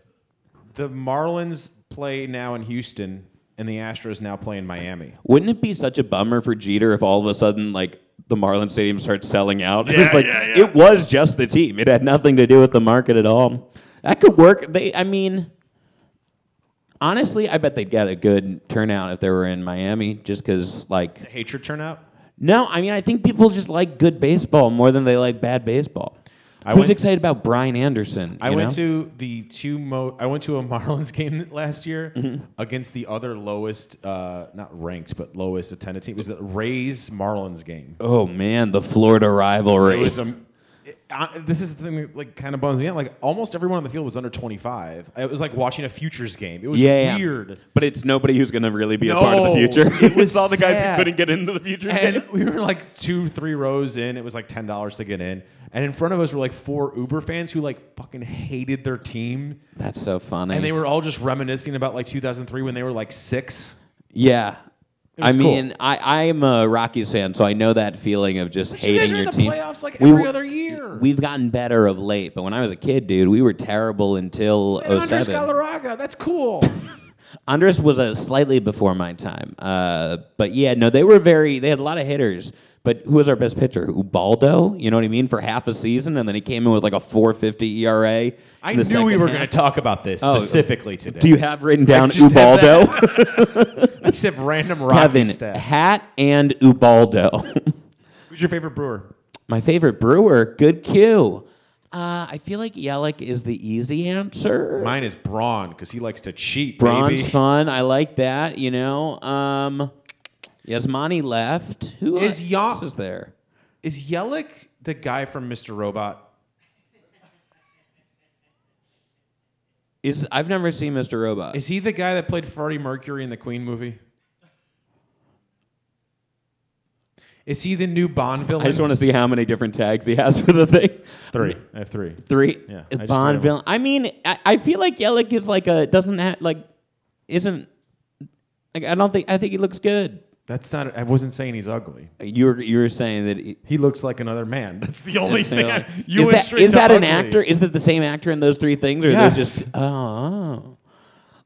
Speaker 1: The Marlins play now in Houston, and the Astros now play in Miami.
Speaker 4: Wouldn't it be such a bummer for Jeter if all of a sudden like the Marlins Stadium starts selling out? it's like it was just the team. It had nothing to do with the market at all. That could work. They I mean honestly, I bet they'd get a good turnout if they were in Miami just cuz like
Speaker 1: Hatred turnout.
Speaker 4: No, I mean I think people just like good baseball more than they like bad baseball.
Speaker 1: I
Speaker 4: Who's
Speaker 1: went-
Speaker 4: excited about Brian Anderson?
Speaker 1: I
Speaker 4: you
Speaker 1: went
Speaker 4: know?
Speaker 1: to the two mo. I went to a Marlins game last year
Speaker 4: Mm-hmm.
Speaker 1: against the other lowest, uh, not ranked, but lowest attended team. It was the Rays Marlins game.
Speaker 4: Oh man, the Florida
Speaker 1: It
Speaker 4: rivalry.
Speaker 1: was um, it- uh, this is the thing that like kind of bums me out. Like almost everyone on the field was under 25. It was like watching a futures game. It was
Speaker 4: Yeah, yeah.
Speaker 1: weird.
Speaker 4: But it's nobody who's going to really be a part of the
Speaker 1: No,
Speaker 4: future.
Speaker 1: it was
Speaker 4: It's all the guys who
Speaker 1: sad.
Speaker 4: couldn't get into the future.
Speaker 1: And we were like two, three rows in. It was like ten dollars to get in. And in front of us were like four Uber fans who like fucking hated their team.
Speaker 4: That's so funny.
Speaker 1: And they were all just reminiscing about like 2003 when they were like six.
Speaker 4: yeah. I
Speaker 1: was cool.
Speaker 4: mean, I I'm a Rockies fan, so I know that feeling of just
Speaker 1: you
Speaker 4: hating
Speaker 1: guys are in
Speaker 4: your
Speaker 1: the
Speaker 4: team.
Speaker 1: playoffs, like,
Speaker 4: We
Speaker 1: every
Speaker 4: were-
Speaker 1: other year.
Speaker 4: We've gotten better of late, but when I was a kid, dude, we were terrible until
Speaker 1: And Andres
Speaker 4: 07.
Speaker 1: Galarraga, that's cool.
Speaker 4: Andres was a slightly before my time. Uh, but yeah, no, they were very. They had a lot of hitters. But who was our best pitcher? Ubaldo, you know what I mean, for half a season, and then he came in with like a 450 ERA. in
Speaker 1: I knew
Speaker 4: the
Speaker 1: we
Speaker 4: second
Speaker 1: were
Speaker 4: half.
Speaker 1: going to talk about this
Speaker 4: Oh,
Speaker 1: specifically today.
Speaker 4: Do you have written down
Speaker 1: just had
Speaker 4: Ubaldo?
Speaker 1: Except random Rocky
Speaker 4: Kevin,
Speaker 1: stats.
Speaker 4: Hat and Ubaldo.
Speaker 1: Who's your favorite brewer?
Speaker 4: My favorite brewer, good cue. Uh, I feel like Yelich is the easy answer.
Speaker 1: Mine is Braun because he likes to cheat.
Speaker 4: Bronze
Speaker 1: baby.
Speaker 4: fun. I like that, you know. Um, Yasmani left. Who
Speaker 1: Is Ya-
Speaker 4: else is there?
Speaker 1: Is Yelich the guy from Mr. Robot?
Speaker 4: Is I've never seen Mr. Robot.
Speaker 1: Is he the guy that played Freddie Mercury in the Queen movie? Is he the new Bond villain?
Speaker 4: I just want to see how many different tags he has for the thing.
Speaker 1: three. I have three.
Speaker 4: Three.
Speaker 1: Yeah, I
Speaker 4: Is
Speaker 1: just
Speaker 4: Bond
Speaker 1: started
Speaker 4: villain. I mean, I, I feel like Yelich is like a doesn't have like isn't. Like, I don't think I think he looks good.
Speaker 1: That's not. I wasn't saying he's ugly.
Speaker 4: You're you're saying that. he-
Speaker 1: He looks like another man. That's the only
Speaker 4: so,
Speaker 1: thing. I,
Speaker 4: like,
Speaker 1: you
Speaker 4: is
Speaker 1: went
Speaker 4: that,
Speaker 1: straight
Speaker 4: is
Speaker 1: to
Speaker 4: that an
Speaker 1: ugly.
Speaker 4: actor? Is that the same actor in those three things? Or
Speaker 1: Yes.
Speaker 4: is it just oh.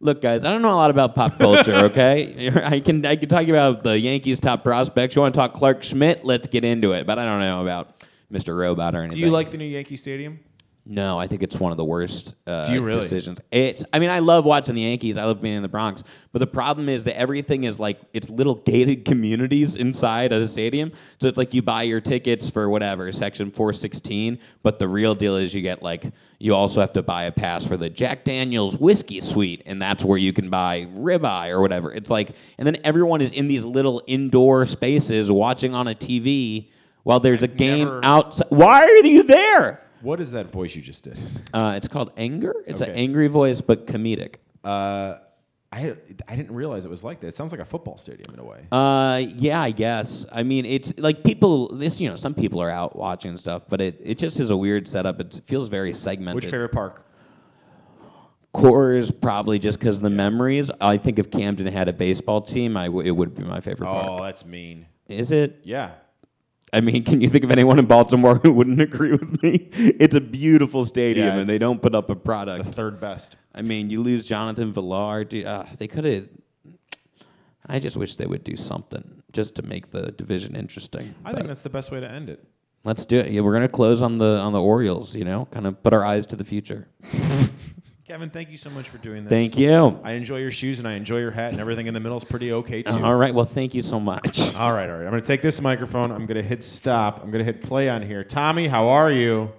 Speaker 4: Look, guys, I don't know a lot about pop culture. Okay, I can I can talk about the Yankees' top prospects. You want to talk Clark Schmidt? Let's get into it. But I don't know about Mr. Robot or anything.
Speaker 1: Do you like the new Yankee Stadium?
Speaker 4: No, I think it's one of the worst uh,
Speaker 1: Do you really?
Speaker 4: decisions. It's. I mean, I love watching the Yankees. I love being in the Bronx. But the problem is that everything is like it's little gated communities inside of the stadium. So it's like you buy your tickets for whatever section four sixteen, but the real deal is you get like you also have to buy a pass for the Jack Daniel's whiskey suite, and that's where you can buy ribeye or whatever. It's like, and then everyone is in these little indoor spaces watching on a TV while there's a game
Speaker 1: never-
Speaker 4: outside. Why are you there?
Speaker 1: What is that voice you just did?
Speaker 4: Uh, it's called anger. It's an
Speaker 1: Okay.
Speaker 4: angry voice, but comedic.
Speaker 1: Uh, I I didn't realize it was like that. It sounds like a football stadium in a way.
Speaker 4: Uh, yeah, I guess. I mean, it's like people. This, you know, some people are out watching stuff, but it, it just is a weird setup. It feels very segmented.
Speaker 1: Which favorite park?
Speaker 4: Core is probably just because the memories. I think if Camden had a baseball team, I w- it would be my favorite
Speaker 1: Oh,
Speaker 4: park.
Speaker 1: that's mean.
Speaker 4: Is it?
Speaker 1: Yeah.
Speaker 4: I mean, can you think of anyone in Baltimore who wouldn't agree with me? It's a beautiful stadium,
Speaker 1: Yeah,
Speaker 4: and they
Speaker 1: it's-
Speaker 4: don't put up a
Speaker 1: The
Speaker 4: product.
Speaker 1: third best.
Speaker 4: I mean, you lose Jonathan Villar. Dude, uh, they could have. I just wish they would do something just to make the division interesting.
Speaker 1: I think
Speaker 4: But
Speaker 1: that's the best way to end it.
Speaker 4: let's do it. Yeah, we're gonna close on the on the Orioles. You know, kind of put our eyes to the future.
Speaker 1: Kevin, thank you so much for doing this.
Speaker 4: Thank you.
Speaker 1: I enjoy your shoes and I enjoy your hat and everything in the middle is pretty okay too.
Speaker 4: Uh, All right. Well, thank you so much.
Speaker 1: All right, all right. I'm going to take this microphone. I'm going to hit stop. I'm going to hit play on here. Tommy, how are you?